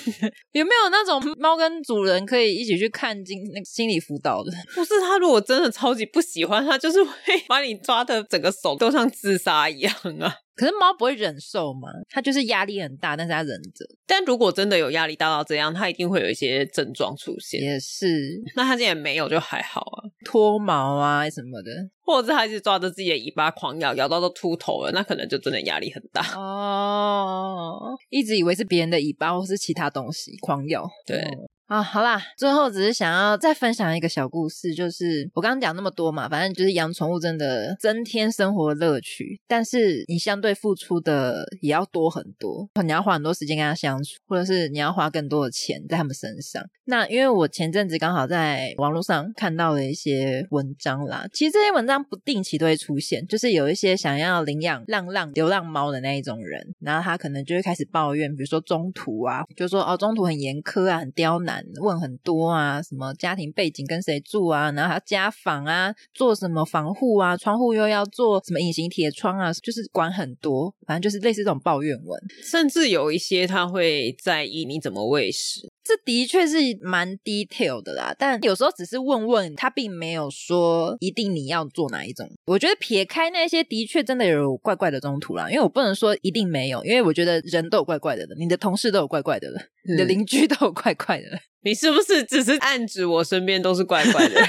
B: 有没有那种猫跟主人可以一起去看经那个心理辅导的？
A: 不是他，如果真的超级不喜欢，他就是会把你抓的整个手都像自杀一样啊。
B: 可是猫不会忍受嘛，它就是压力很大，但是它忍着
A: 但如果真的有压力大到这样，他一定会有一些症状出现。
B: 也是
A: 那他既然没有，就还好啊。
B: 脱毛啊什么的
A: 或者是他一直抓着自己的尾巴狂咬，咬到都秃头了，那可能就真的压力很大。
B: 哦，一直以为是别人的尾巴或是其他东西狂咬，
A: 对
B: 啊，好啦，最后只是想要再分享一个小故事，就是我刚刚讲那么多嘛，反正就是养宠物真的增添生活乐趣，但是你相对付出的也要多很多，你要花很多时间跟它相处，或者是你要花更多的钱在它们身上。那因为我前阵子刚好在网络上看到了一些文章啦，其实这些文章不定期都会出现，就是有一些想要领养浪浪流浪猫的那一种人，然后他可能就会开始抱怨，比如说中途啊，就说哦中途很严苛啊，很刁难，问很多啊，什么家庭背景跟谁住啊，然后还要家访啊，做什么防护啊，窗户又要做什么隐形铁窗啊，就是管很多，反正就是类似这种抱怨文。
A: 甚至有一些他会在意你怎么喂食，
B: 这的确是蛮 detail 的啦，但有时候只是问问，他并没有说一定你要做哪一种。我觉得撇开那些，的确真的有怪怪的中途啦，因为我不能说一定没有，因为我觉得人都有怪怪的了，你的同事都有怪怪的了，你的
A: 嗯
B: 邻居都有怪怪的了。
A: 你是不是只是暗指我身边都是怪怪的人？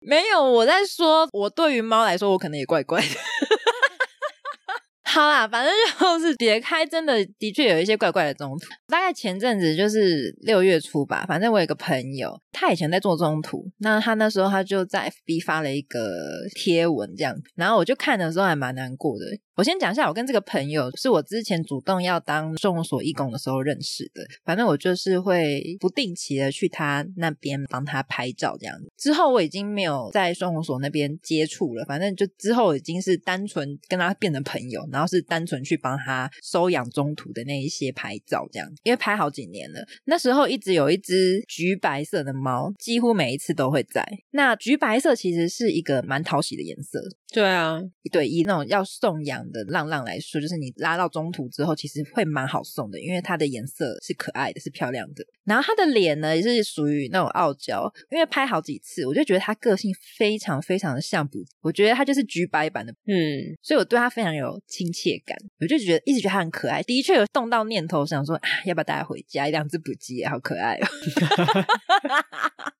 B: 没有，我在说，我对于猫来说，我可能也怪怪的。 好啦，反正就是别开，真的的确有一些怪怪的中途。大概前阵子就是六月初吧，反正我有一个朋友，他以前在做中途，那他那时候他就在 FB 发了一个贴文这样，然后我就看的时候还蛮难过的。我先讲一下，我跟这个朋友是我之前主动要当收容所义工的时候认识的，反正我就是会不定期的去他那边帮他拍照这样子。之后我已经没有在收容所那边接触了，反正就之后已经是单纯跟他变成朋友，然后是单纯去帮他收养中途的那一些拍照这样子，因为拍好几年了。那时候一直有一只橘白色的猫，几乎每一次都会在。那橘白色其实是一个蛮讨喜的颜色，
A: 对啊，
B: 对以那种要送养的浪浪来说，就是你拉到中途之后，其实会蛮好送的，因为它的颜色是可爱的，是漂亮的。然后它的脸呢，也是属于那种傲娇，因为拍好几次，我就觉得它个性非常非常的像补，我觉得它就是橘白版的，
A: 嗯，
B: 所以我对它非常有亲切感。我就觉得一直觉得它很可爱，的确有动到念头想说，啊、要不要带它回家？两只补鸡也好可爱哦。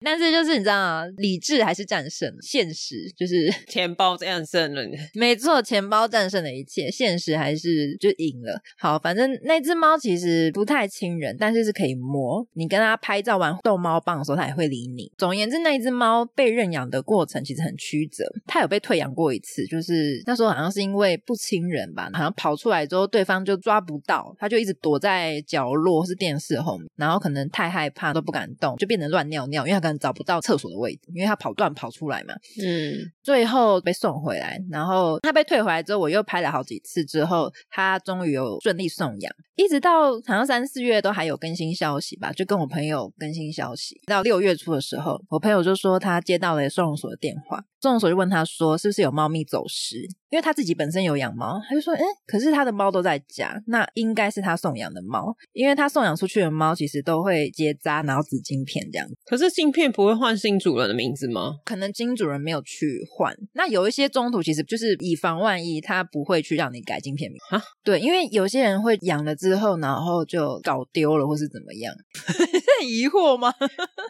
B: 但是就是你知道吗，理智还是战胜了现实，就是
A: 钱包这样剩了，
B: 没错，钱包战胜了的一切，现实还是就赢了。好，反正那只猫其实不太亲人，但是是可以摸。你跟它拍照玩逗猫棒的时候，它也会理你。总而言之，那一只猫被认养的过程其实很曲折。它有被退养过一次，就是那时候好像是因为不亲人吧，好像跑出来之后对方就抓不到，它就一直躲在角落或是电视后面，然后可能太害怕都不敢动，就变成乱尿尿，因为它可能找不到厕所的位置，因为它跑断跑出来嘛。
A: 嗯，
B: 最后被送回来，然后他被退回来之后，我又拍了好几次，之后他终于有顺利送养，一直到好像三四月都还有更新消息吧，就跟我朋友更新消息。到六月初的时候，我朋友就说他接到了收容所的电话，收容所就问他说是不是有猫咪走失，因为他自己本身有养猫，他就说，嗯，可是他的猫都在家，那应该是他送养的猫，因为他送养出去的猫其实都会结扎，然后紫晶片这样子
A: 可是镜片不会换新主人的名字吗？
B: 可能金主人没有去换，那有一些中途其实就是以防万一，他不会去让你改进片名
A: 啊。
B: 对，因为有些人会养了之后，然后就搞丢了或是怎么样， 很疑惑吗？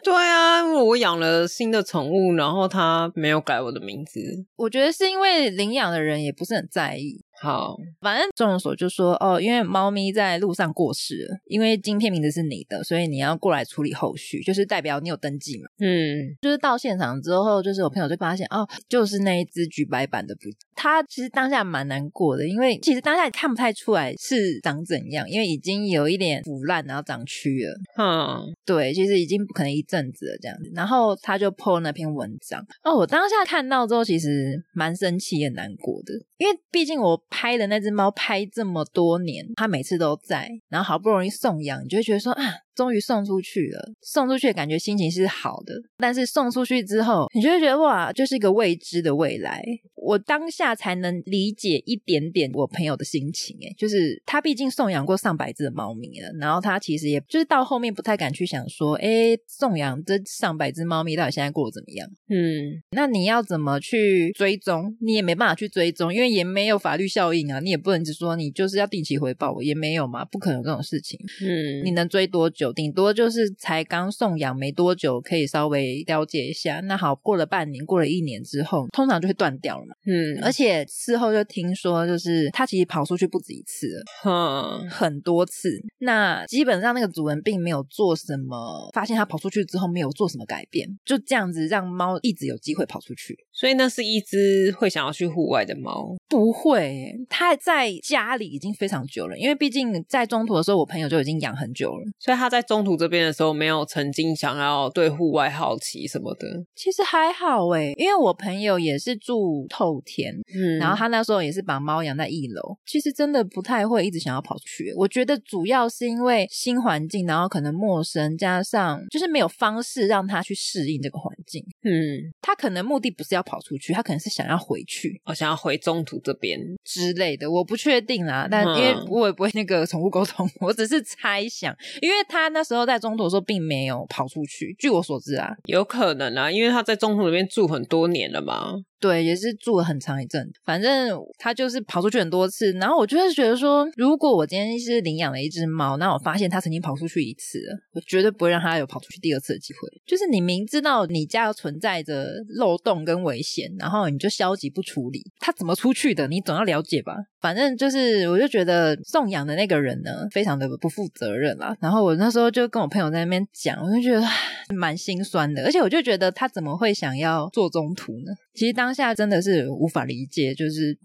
A: 对啊，因为我养了新的宠物，然后它没有改我的名字。
B: 我觉得是因为领养的人也不是很在意，
A: 好，
B: 反正众所就说哦，因为猫咪在路上过世了，因为晶片名字是你的，所以你要过来处理后续，就是代表你有登记嘛。
A: 嗯，
B: 就是到现场之后，就是我朋友就发现哦，就是那一只橘白版的不，他其实当下蛮难过的，因为其实当下也看不太出来是长怎样，因为已经有一点腐烂，然后长蛆了。
A: 哈，
B: 对，其实已经不可能一阵子了这样子。然后他就 po 那篇文章哦，我当下看到之后，其实蛮生气也难过的，因为毕竟我拍的那只猫拍这么多年，它每次都在，然后好不容易送养，你就会觉得说啊，终于送出去了，送出去的感觉心情是好的，但是送出去之后，你就会觉得哇，就是一个未知的未来。我当下才能理解一点点我朋友的心情，诶，就是他毕竟送养过上百只的猫咪了，然后他其实也就是到后面不太敢去想说，诶，送养这上百只猫咪到底现在过得怎么样？
A: 嗯，
B: 那你要怎么去追踪？你也没办法去追踪，因为也没有法律效应啊，你也不能只说你就是要定期回报我，也没有嘛，不可能有这种事情。
A: 嗯，
B: 你能追多久？顶多就是才刚送养没多久，可以稍微了解一下。那好，过了半年，过了一年之后，通常就会断掉了嘛。
A: 嗯，
B: 而且事后就听说，就是它其实跑出去不止一次了，
A: 哈，
B: 很多次。那基本上那个主人并没有做什么，发现它跑出去之后没有做什么改变，就这样子让猫一直有机会跑出去。
A: 所以那是一只会想要去户外的猫。
B: 不会耶，它在家里已经非常久了，因为毕竟在中途的时候，我朋友就已经养很久了。
A: 所以它在中途这边的时候，没有曾经想要对户外好奇什么的。
B: 其实还好诶，因为我朋友也是住透天，
A: 嗯
B: 然后他那时候也是把猫养在一楼，其实真的不太会一直想要跑出去。我觉得主要是因为新环境，然后可能陌生，加上就是没有方式让他去适应这个环境。
A: 嗯，
B: 他可能目的不是要跑出去，他可能是想要回去
A: 我想要回中途这边。
B: 之类的，我不确定啦。但因
A: 嗯
B: 为我也不会那个宠物沟通， 我只是猜想，因为他那时候在中途的时候并没有跑出去，据我所知啊，
A: 有可能啊，因为他在中途那边住很多年了嘛。
B: 对，也是住了很长一阵子，反正它就是跑出去很多次。然后我就是觉得说，如果我今天是领养了一只猫，那我发现它曾经跑出去一次了，我绝对不会让它有跑出去第二次的机会。就是你明知道你家存在着漏洞跟危险，然后你就消极不处理，它怎么出去的，你总要了解吧。反正就是，我就觉得送养的那个人呢，非常的不负责任啦。然后我那时候就跟我朋友在那边讲，我就觉得唉蛮心酸的，而且我就觉得他怎么会想要做中途呢？其实当下真的是无法理解，就是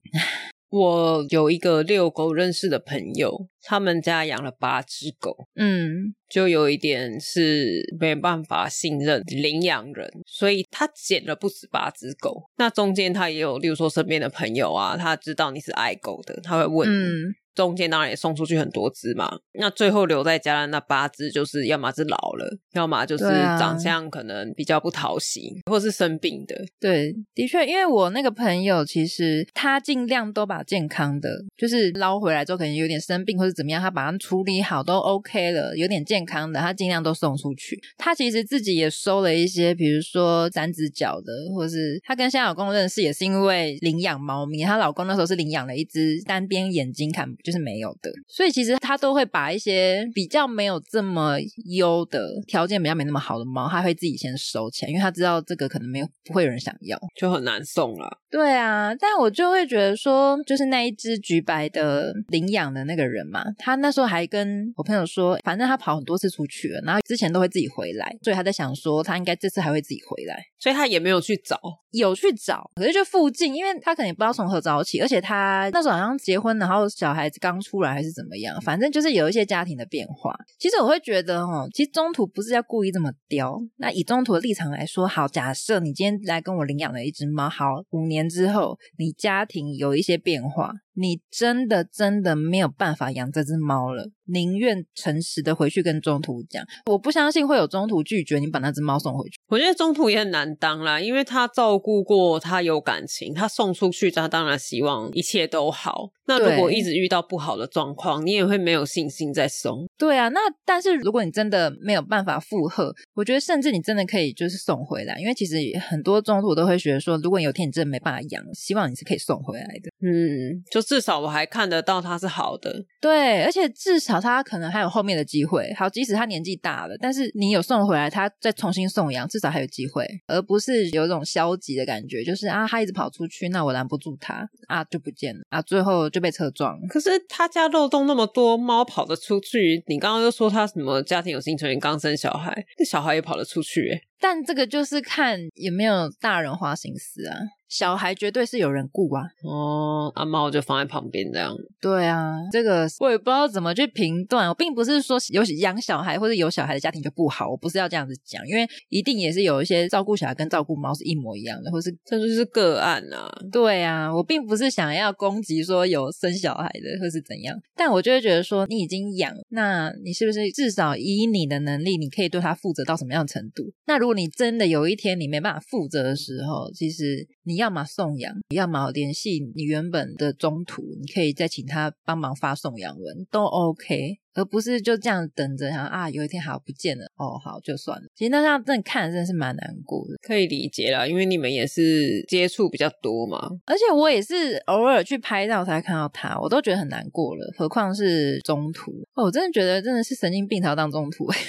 A: 我有一个遛狗认识的朋友，他们家养了八只狗，
B: 嗯，
A: 就有一点是没办法信任领养人，所以他捡了不止八只狗。那中间他也有，例如说身边的朋友啊，他知道你是爱狗的，他会问你。
B: 嗯
A: 中间当然也送出去很多只嘛，那最后留在家的那八只，就是要么是老了，要么就是
B: 对啊
A: 长相可能比较不讨喜，或是生病的。
B: 对，的确，因为我那个朋友其实他尽量都把健康的，就是捞回来之后可能有点生病或者怎么样，他把它处理好都 OK 了，有点健健康的，他尽量都送出去。他其实自己也收了一些，比如说三只脚的，或是她跟现在老公认识也是因为领养猫咪，她老公那时候是领养了一只单边眼睛看就是没有的，所以其实她都会把一些比较没有这么优的条件比较没那么好的猫，她会自己先收起来，因为她知道这个可能没有不会有人想要。
A: 就很难送啦。
B: 对啊，但我就会觉得说，就是那一只橘白的领养的那个人嘛，他那时候还跟我朋友说，反正他跑很多次出去了，然后之前都会自己回来，所以他在想说，他应该这次还会自己回来。
A: 所以他也没有去找，
B: 有去找，可是就附近，因为他可能也不知道从何找起，而且他那时候好像结婚，然后小孩子刚出来还是怎么样，反正就是有一些家庭的变化。其实我会觉得，哦，其实中途不是要故意这么刁。那以中途的立场来说，好，假设你今天来跟我领养了一只猫，好，五年之后你家庭有一些变化，你真的真的没有办法养这只猫了，宁愿诚实的回去跟中途讲，我不相信会有中途拒绝你把那只猫送回去。
A: 我觉得中途也很难当啦，因为他照顾过，他有感情，他送出去，他当然希望一切都好。那如果
B: 对
A: 一直遇到不好的状况，你也会没有信心再送。
B: 对啊，那但是如果你真的没有办法负荷，我觉得甚至你真的可以就是送回来，因为其实很多中途都会觉得说，如果你有一天你真的没办法养，希望你是可以送回来的。
A: 嗯，就至少我还看得到他是好的。
B: 对，而且至少他可能还有后面的机会。好，即使他年纪大了，但是你有送回来，他再重新送养，至少还有机会，而不是有一种消极的感觉，就是啊，他一直跑出去，那我拦不住他啊，就不见了啊，最后就被车撞了。
A: 可是他家漏洞那么多，猫跑得出去。你刚刚又说他什么家庭有新成员刚生小孩，那小孩也跑得出去、欸，
B: 但这个就是看有没有大人花心思啊，小孩绝对是有人顾啊。
A: 哦，阿猫就放在旁边这样。
B: 对啊，这个我也不知道怎么去评断。我并不是说有养小孩或者有小孩的家庭就不好，我不是要这样子讲，因为一定也是有一些照顾小孩跟照顾猫是一模一样的，或是
A: 这就是个案啊，
B: 对啊，我并不是想要攻击说有生小孩的或是怎样，但我就会觉得说你已经养，那你是不是至少以你的能力，你可以对他负责到什么样的程度？那如果你真的有一天你没办法负责的时候，其实你要么送养，要么联系你原本的中途，你可以再请他帮忙发送养文，都 OK。而不是就这样等着，然后啊，有一天好不见了，哦，好就算了。其实那这样真的看，真的是蛮难过的。
A: 可以理解啦，因为你们也是接触比较多嘛。
B: 而且我也是偶尔去拍照才看到他，我都觉得很难过了，何况是中途。哦、我真的觉得真的是神经病才要当中途，欸 到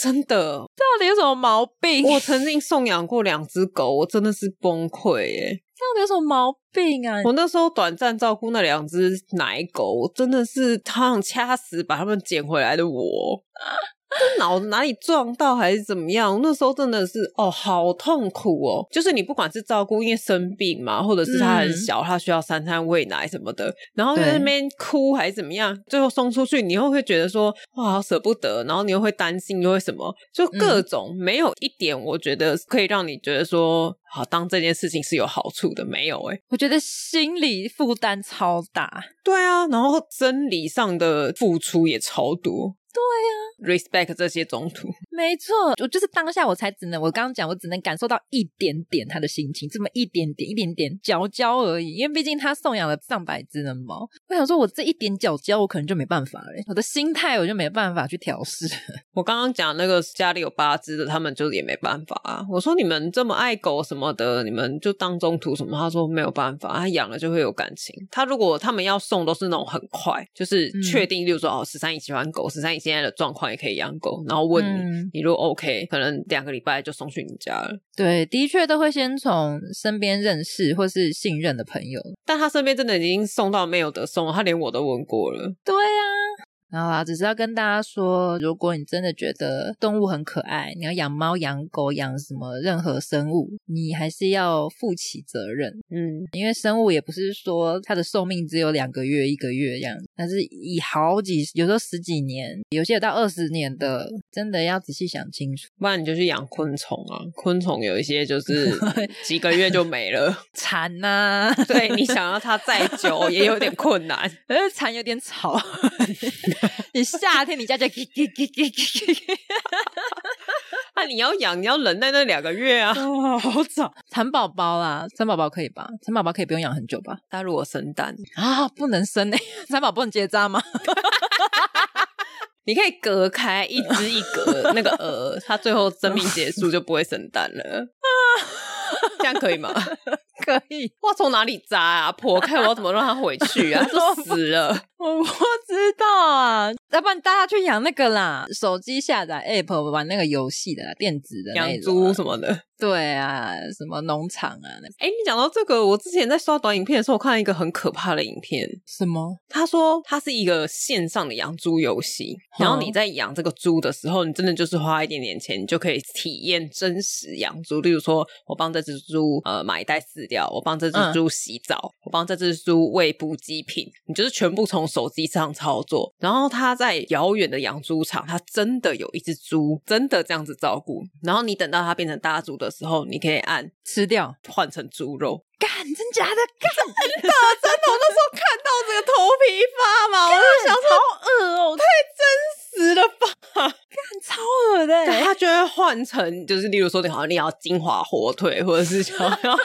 A: 真的，
B: 底有什么毛 病？
A: 我曾经送养过两只狗，我真的是崩溃欸耶！
B: 到底有什么毛病啊？
A: 我那时候短暂照顾那两只奶狗，我真的是他想掐死把它们捡回来的我。这脑子哪里撞到还是怎么样？那时候真的是哦，好痛苦哦！就是你不管是照顾，因为生病嘛，或者是它很
B: 嗯
A: 小，它需要三餐喂奶什么的，然后
B: 对
A: 在那边哭还是怎么样，最后送出去，你又会觉得说哇，好舍不得，然后你又会担心，又会什么，就各
B: 嗯
A: 种、没有一点，我觉得可以让你觉得说，好，当这件事情是有好处的，没有诶、欸
B: 我觉得心理负担超大。
A: 对啊，然后生理上的付出也超多。
B: 啊
A: 对呀、respect 这些中途，
B: 没错，我就是当下我才只能，我刚刚讲，我只能感受到一点点他的心情，这么一点点、一点点角角而已。因为毕竟他送养了上百只的猫，我想说，我这一点角角，我可能就没办法了，欸我的心态我就没办法去调试。
A: 我刚刚讲那个家里有八只的，他们就也没办法啊。我说你们这么爱狗什么的，你们就当中途什么？他说没有办法，他养了就会有感情。他如果他们要送都是那种很快，就是
B: 嗯
A: 确定，例如说哦，十三姨喜欢狗，十三姨现在的状况也可以养狗，然后问你，
B: 嗯
A: 你如果 OK，可能两个礼拜就送去你家了。
B: 对，的确都会先从身边认识或是信任的朋友。
A: 但他身边真的已经送到没有得送了，他连我都问过了。
B: 对啊，然后啊，只是要跟大家说，如果你真的觉得动物很可爱，你要养猫、养狗、养什么任何生物，你还是要负起责任，
A: 嗯，
B: 因为生物也不是说它的寿命只有两个月、一个月这样，但是以好几，有时候十几年，有些有到二十年的，真的要仔细想清楚。
A: 不然你就去养昆虫啊，昆虫有一些 就是几个月就没了，
B: 蝉呐、
A: 对你想要它再久也有点困难。
B: 呃，蝉有点吵。 你夏天你家就叽叽叽叽叽叽叽，
A: 啊，你要养，你要忍耐那两个月啊。
B: 哦，好吵！蚕宝宝啦，蚕宝宝可以吧？蚕宝宝可以不用养很久吧？
A: 它如果生蛋，
B: 欸啊，不能生诶、蚕宝宝能结扎吗？
A: 你可以隔开一只一 格那个鹅，它最后生命结束就不会生蛋 了。这样可以吗？
B: 可以，
A: 哇，从哪里扎啊？破开我要怎么让它回去 啊？都死了，
B: 我不知道啊，要不然大家去养那个啦，手机下载 app 玩那个游戏的啦，电子的
A: 养
B: 那种啊
A: 猪什么的。
B: 对啊，什么农场啊，那
A: 哎、你讲到这个，我之前在刷短影片的时候，我看到一个很可怕的影片。
B: 什么
A: 他说，它是一个线上的养猪游戏，
B: 嗯
A: 然后你在养这个猪的时候，你真的就是花一点点钱，你就可以体验真实养猪。例如说，我帮这只猪呃买一袋饲料，我帮这只猪洗澡，我帮这只猪喂补给品，你就是全部从手机上操作。然后他在遥远的养猪场，他真的有一只猪，真的这样子照顾。然后你等到它变成大猪的时候，你可以按
B: 吃掉？
A: 换成猪肉，
B: 干，真假的？干，
A: 我那时候看到这个头皮发麻，我就想说，好恶哦，太真实了吧！
B: 超恶的欸、
A: 对，它就会换成，就是例如说，你好像你要金华火腿，或者是想 要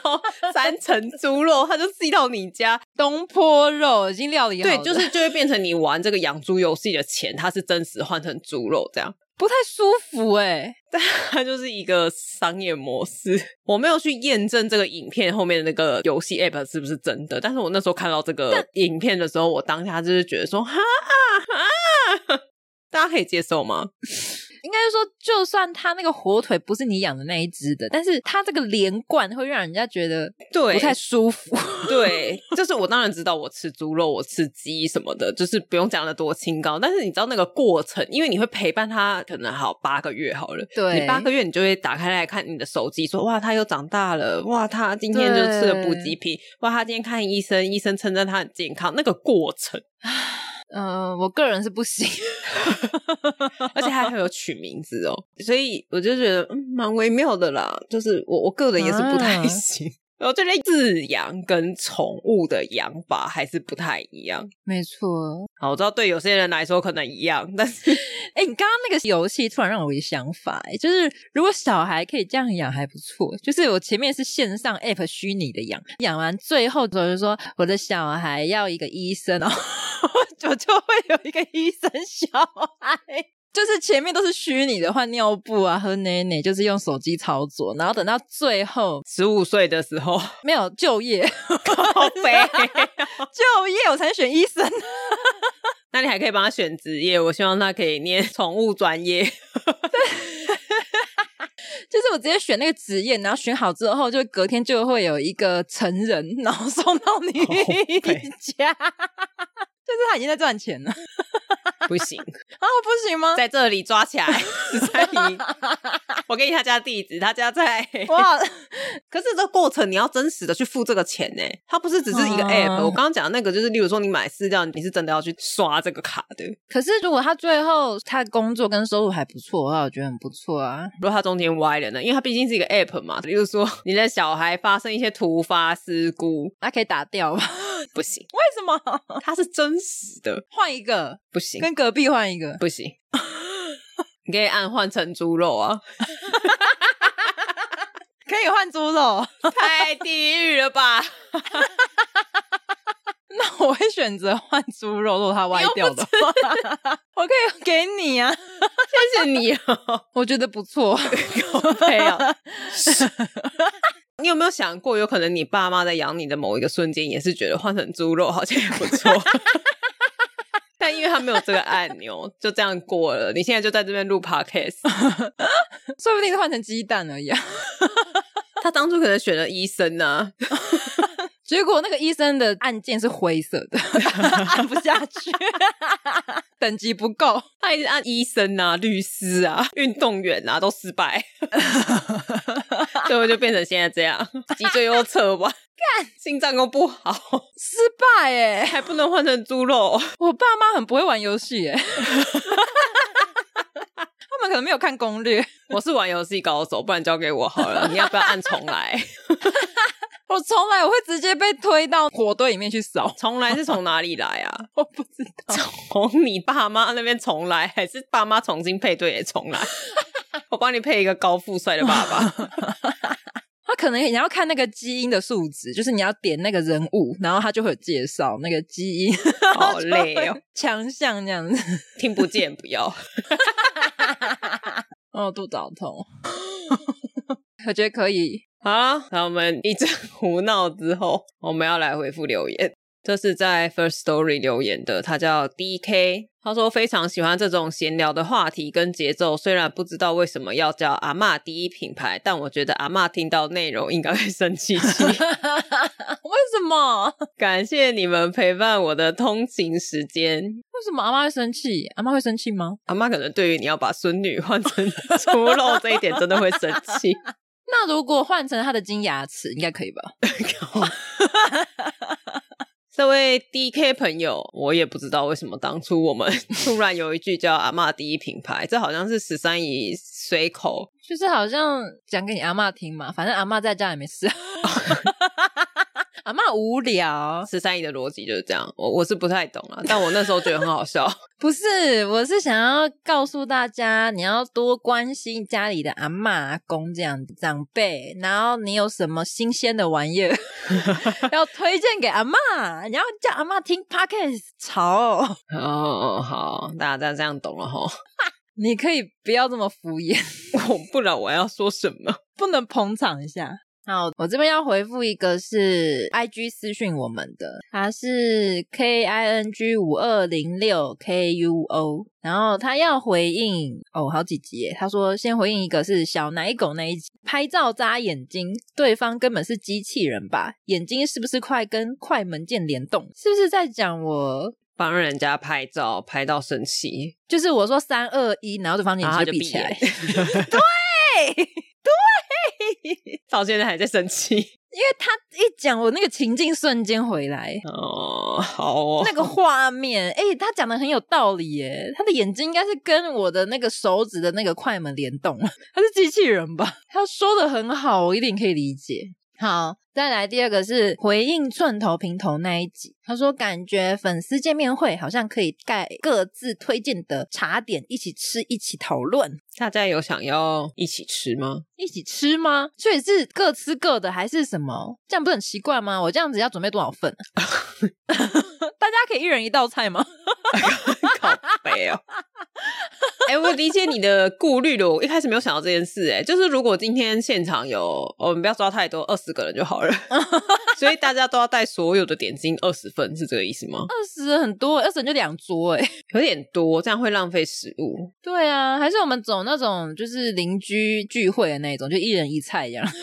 A: 三层猪肉，它就寄到你家。
B: 东坡肉已经料理好
A: 对
B: 了，，
A: 就是就会变成你玩这个养猪游戏的钱，它是真实换成猪肉这样。
B: 不太舒服哎、
A: 它就是一个商业模式，我没有去验证这个影片后面的那个游戏 app 是不是真的，但是我那时候看到这个影片的时候，我当下就是觉得说，哈啊哈，哈大家可以接受吗？
B: 应该是说，就算它那个火腿不是你养的那一只的，但是它这个连贯会让人家觉得
A: 对
B: 不太舒服。
A: 对，就是我当然知道我吃猪肉，我吃鸡什么的，就是不用讲的多清高。但是你知道那个过程，因为你会陪伴他，可能好八个月好了。
B: 对
A: 你八个月你就会打开来看你的手机，说哇，他又长大了，哇，他今天就吃了补给品，哇，他今天看医生，医生称赞他很健康，那个过程，
B: 嗯、我个人是不行。
A: 而且还会有取名字哦，所以我就觉得嗯，蛮微妙的啦，就是我我个人也是不太
B: 啊
A: 行。 我觉得自养跟宠物的养法还是不太一样。
B: 没错，
A: 好，我知道对有些人来说可能一样，但是
B: 哎、你刚刚那个游戏突然让我有想法、哎，就是如果小孩可以这样养还不错。就是我前面是线上 app 虚拟的养，养完最后总是说我的小孩要一个医生哦，我就会有一个医生小孩。就是前面都是虚拟的，换尿布啊，喝奶奶，就是用手机操作，然后等到最后
A: 十五岁的时候，
B: 没有就业，
A: 好肥。
B: 就业我才选医生。
A: 那你还可以帮他选职业，我希望他可以念宠物专业。
B: 就是我直接选那个职业，然后选好之后，就隔天就会有一个成人，然后送到你
A: 对
B: 家。就是他已经在赚钱了啊！啊
A: 不行，
B: 不行吗？
A: 在这里抓起来，十三姨，我给你他家地址，他家在。
B: 哇，
A: 可是这过程你要真实的去付这个钱呢，它不是只是一个
B: 哦
A: app、我刚刚讲的那个就是，例如说你买饲料，你是真的要去刷这个卡的。
B: 可是如果他最后他的工作跟收入还不错的话，我觉得很不错啊。
A: 如果它中间歪了呢？因为它毕竟是一个 app 嘛，例如说你的小孩发生一些突发事故，
B: 那可以打掉吧？ 为
A: 不行，
B: 什么？
A: 它是真实的，
B: 换一个，
A: 不行，
B: 跟隔壁换一个。
A: 不行。你可以按换成猪肉啊！
B: 可以换猪肉，
A: 太地狱了吧！
B: 那我会选择换猪肉，如果它歪掉的话， 我可以给你啊，
A: 谢谢你哦，
B: 我觉得不 错。
A: 没有。你有没有想过，有可能你爸妈在养你的某一个瞬间，也是觉得换成猪肉好像也不错， 但因为他没有这个按钮，就这样过了。你现在就在这边录 podcast，
B: 说不定换成鸡蛋而已、啊。
A: 他当初可能选了医生啊呢、
B: 结果那个医生的按键是灰色的， 按不下 去，等级不够。
A: 他一直按医生啊、律师 啊、运动员啊，都失败，最后就变成现在这样，脊椎又侧弯，干心脏又不好，
B: 失败哎！
A: 还不能换成猪肉。
B: 我爸妈很不会玩游戏哎， 他们可能没有看攻略。
A: 我是玩游戏高手，不然交给我好了。你要不要按重 来？
B: 我从来我会直接被推到火堆里面去扫，
A: 重来是从哪里来啊？
B: 我不知道。
A: 从你爸妈那边重来，还是爸妈重 新配对也重来？我帮你配一个高富帅的爸爸，
B: 他可能你要看那个基因的数值，就是你要点那个人物，然后它就会有介绍那个基因
A: 好累哦，
B: 强项这样子。
A: 听不见不要。
B: 哦，肚子好痛， 我觉得可以。
A: 好啦，那我们一阵 胡闹之后，我们要来回复留言。这是在 First Story 留言的，他叫 D K，他说非常喜欢这种闲聊的话题跟节奏。虽然不知道为什么要叫阿嬷第一品牌，但我觉得阿嬷听到内容应该会生气气。
B: 为什么？
A: 感谢你们陪伴我的通勤时间，
B: 为什么阿妈会生气？阿妈会生气吗？
A: 阿妈可能对于你要把孙女换成 猪肉这一点，真的会生气。
B: 那如果换成她的金牙齿，应该可以吧？
A: 这位 D K 朋友，我也不知道为什么当初我们 突然有一句叫“阿嬷第一品牌”，这好像是十三姨随口。
B: 就是好像讲给你阿妈听嘛，反正阿妈在家也没事。 阿妈无聊，
A: 十三姨的逻辑就是这样，我我是不太懂了，但我那时候觉得很好 笑。
B: 不是，我是想要告诉大家，你要多关心家里的阿嬷、阿公这样子长辈，然后你有什么新鲜的玩意儿 要推荐给阿嬷，你要叫阿嬷听 podcast 潮、哦，
A: 哦，好，大家这样懂了哈。
B: 你可以不要这么敷衍，
A: 我不然我要说什么？
B: 不能捧场一下。好，我这边要回复一个是 I G 私讯我们的，他是 K I N G 五二零六 K U O，然后他要回应哦，好几集耶。他说先回应一个是小奶狗那一集，拍照扎眼睛，对方根本是机器人吧？眼睛是不是快跟快门键联动？是不是在讲我？
A: 帮人家拍照拍到生气，
B: 就是我说三二一，然后对方眼
A: 然后他就
B: 睛啊就闭
A: 闭
B: 起来
A: 眼，， 到现在还在生气。
B: 因为他一讲我那个情境瞬间回来，
A: 哦，好哦，
B: 那个画面，哎、他讲的很有道理耶。他的眼睛应该是跟我的那个手指的那个快门联动，他是机器人吧？他说的很好，我一定可以理解。好，再来第二个是回应寸头平头那一集，他说感觉粉丝见面会好像可以盖各自推荐的茶点一起吃，一起讨论。
A: 大家有想要一起吃吗？
B: 一起吃吗？所以是各吃各的，还是什么？这样不是很奇怪吗？我这样子要准备多少份？啊 大家可以一人一道菜吗？
A: 靠背哦。哎、我理解你的顾虑了。我一开始没有想到这件事、哎，就是如果今天现场有，我们不要抓太多，二十个人就好了。所以大家都要带所有的点心二十份，是这个意思吗？
B: 二十很多，二十就两桌哎。
A: 有点多，这样会浪费食物。
B: 对啊，还是我们走那种就是邻居聚会的那种，就一人一菜一样。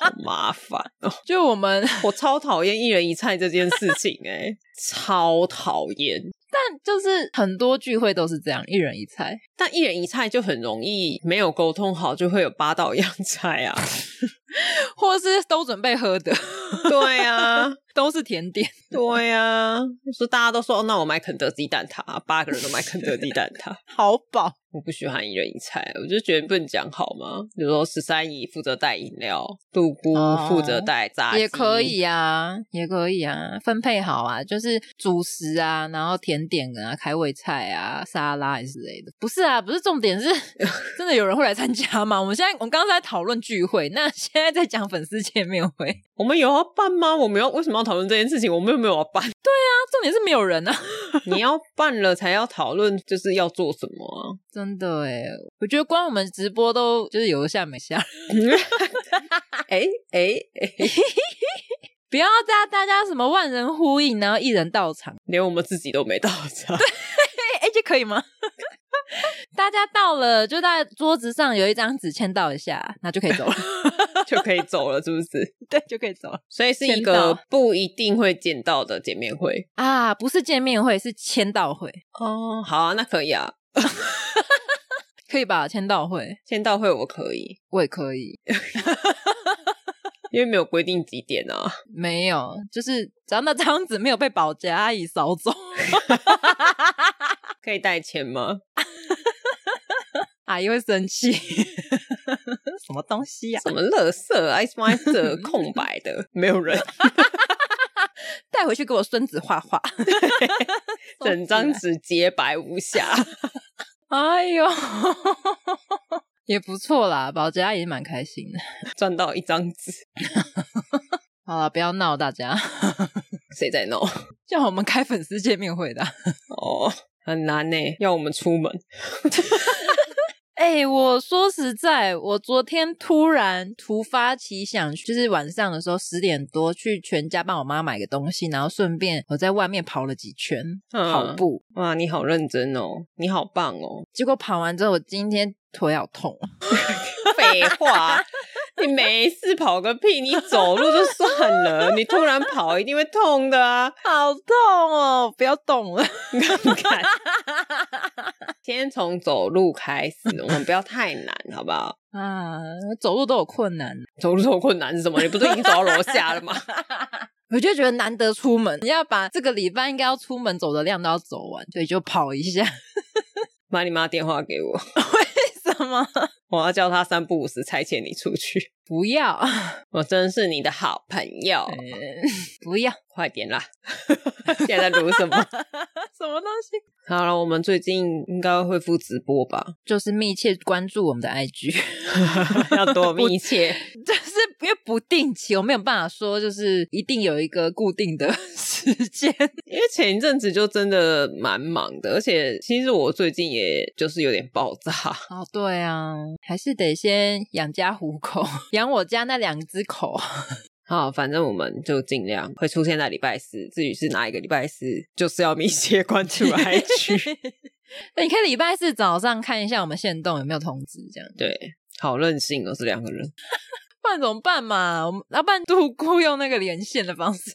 A: 好麻烦哦！
B: 就我们，
A: 我超讨厌一人一菜这件事情、哎，超讨厌。
B: 但就是很多聚会都是这样，一人一菜。
A: 但一人一菜就很容易没有沟通好，就会有八道样菜啊。
B: 或是都准备喝的，
A: 对啊，
B: 都是甜点。
A: 对呀、啊，说大家都说、哦那我买肯德基蛋挞，啊八个人都买肯德基蛋挞。
B: 好饱，
A: 我不喜欢一人一菜，我就觉得不能讲好吗？比如说十三姨负责带饮料，杜姑
B: 哦
A: 负责带炸鸡，
B: 也可以啊，也可以啊，分配好啊，就是主食啊，然后甜点啊，开胃菜啊，沙拉之类的。不是啊，不是重点是， 真的有人会来参加吗？我们现在我们刚刚在讨论聚会，那现在在讲粉丝见面会，啊
A: 我们有要办吗？我们要为什么要讨论这件事情？我们又没有要办，
B: 重点是没有人啊，
A: 你要办了才要讨论，就是要做什么啊？
B: 真的哎，我觉得光我们直播都就是有一下没下，
A: 哎哎哎，
B: 不要大大家什么万人呼应，然后一人到场，
A: 连我们自己都没到场，
B: 哎哎，这可以吗？ 大家到了，就在桌子上有一张纸签到一下，那就可以走了，
A: 就可以走了，是不是？
B: 对，就可以 走了
A: 所以是一
B: 签到
A: 个不一定会见到的见面会。
B: 啊！不是见面会，是签到会，
A: 哦，好啊，那可以啊，
B: 可以吧？签到会
A: 签到会我可以，
B: 我也可以，
A: 因为没有规定几点啊。
B: 没有，就是只要那张纸没有被保洁阿姨扫走，
A: 可以带钱吗？
B: 阿姨会生气。 什么东西呀、啊？
A: 什么乐色啊，什么色空白的，没有人，
B: 带回去给我孙子画 画，
A: 整张纸洁白无瑕。
B: 哎呦， 也不错啦，保洁阿姨蛮开心的。
A: 赚到一张纸，
B: 好了，不要闹大家，
A: 谁在闹？
B: 叫我们开粉丝见面会的啊。
A: 哦，很难呢，要我们出门。
B: 哎、我说实在，我昨天突然突发奇想，就是晚上的时候十点多去全家帮我妈买个东西，然后顺便我在外面跑了几圈、
A: 嗯
B: 跑步，
A: 哇，你好认真哦，你好棒哦。
B: 结果跑完之后，我今天腿好痛。
A: 废话，你没事跑个屁，你走路就算了，你突然跑一定会痛的啊！
B: 好痛哦！不要动了。
A: 你看， 先从走路开始，我们不要太难，好不好？
B: 啊，走路都有困难，
A: 走路这么困难是什么？你 不是已经走到楼下了吗？
B: 我就觉得难得出门，要把这个礼拜应该要出门走的量都要走完，所以就跑一下。
A: 把你妈电话给我，
B: 为什么？
A: 我要叫她三不五时差遣你出去。
B: 不要，呃
A: 我真是你的好朋友，
B: 嗯不要，
A: 快点啦！ 现在在录什么？
B: 什么东西？
A: 好了，我们最近应该会恢复直播吧？
B: 就是密切关注我们的 IG，
A: 要多密切。
B: 就是因为不定期，我没有办法说就是一定有一个固定的 时间。
A: 因为前一阵子就真的蛮忙的，而且其实我最近也就是有点爆炸，
B: 哦，对啊，还是得先养家糊口，养我家那两只口。啊
A: 好，反正我们就尽量会出现在礼拜四，至于是哪一个礼拜四，就是要密切关注 IG。
B: 那 你可以礼拜四早上看一下我们线动有没有通知，这样，
A: 对，好任性哦，这两个人。
B: 不然怎么办嘛？我们要不然度 姑用那个连线的方式，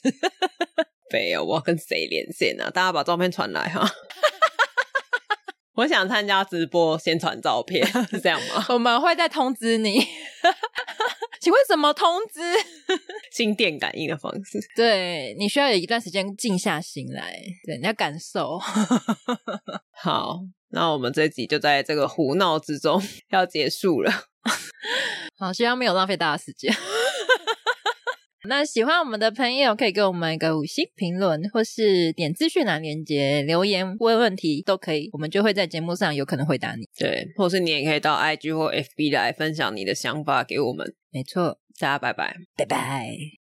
A: 没有，哦我要跟谁连线啊？大家把照片传来哈。 我想参加直播，先传照片，是这样吗？
B: 我们会再通知你。 请问怎么通知？
A: 心电感应的方式。
B: 对你需要有一段时间静下心来，对，你要感受。
A: 好，那我们这集就在这个胡闹之中 要结束了。
B: 好，希望没有浪费大家时间。 那喜欢我们的朋友可以给我们一个五星评论，或是点资讯栏连接留言问问题都可以，我们就会在节目上有可能回答你。
A: 对，或是你也可以到 IG 或 FB 来分享你的想法给我们。
B: 没错，
A: 大家拜拜。
B: 拜拜。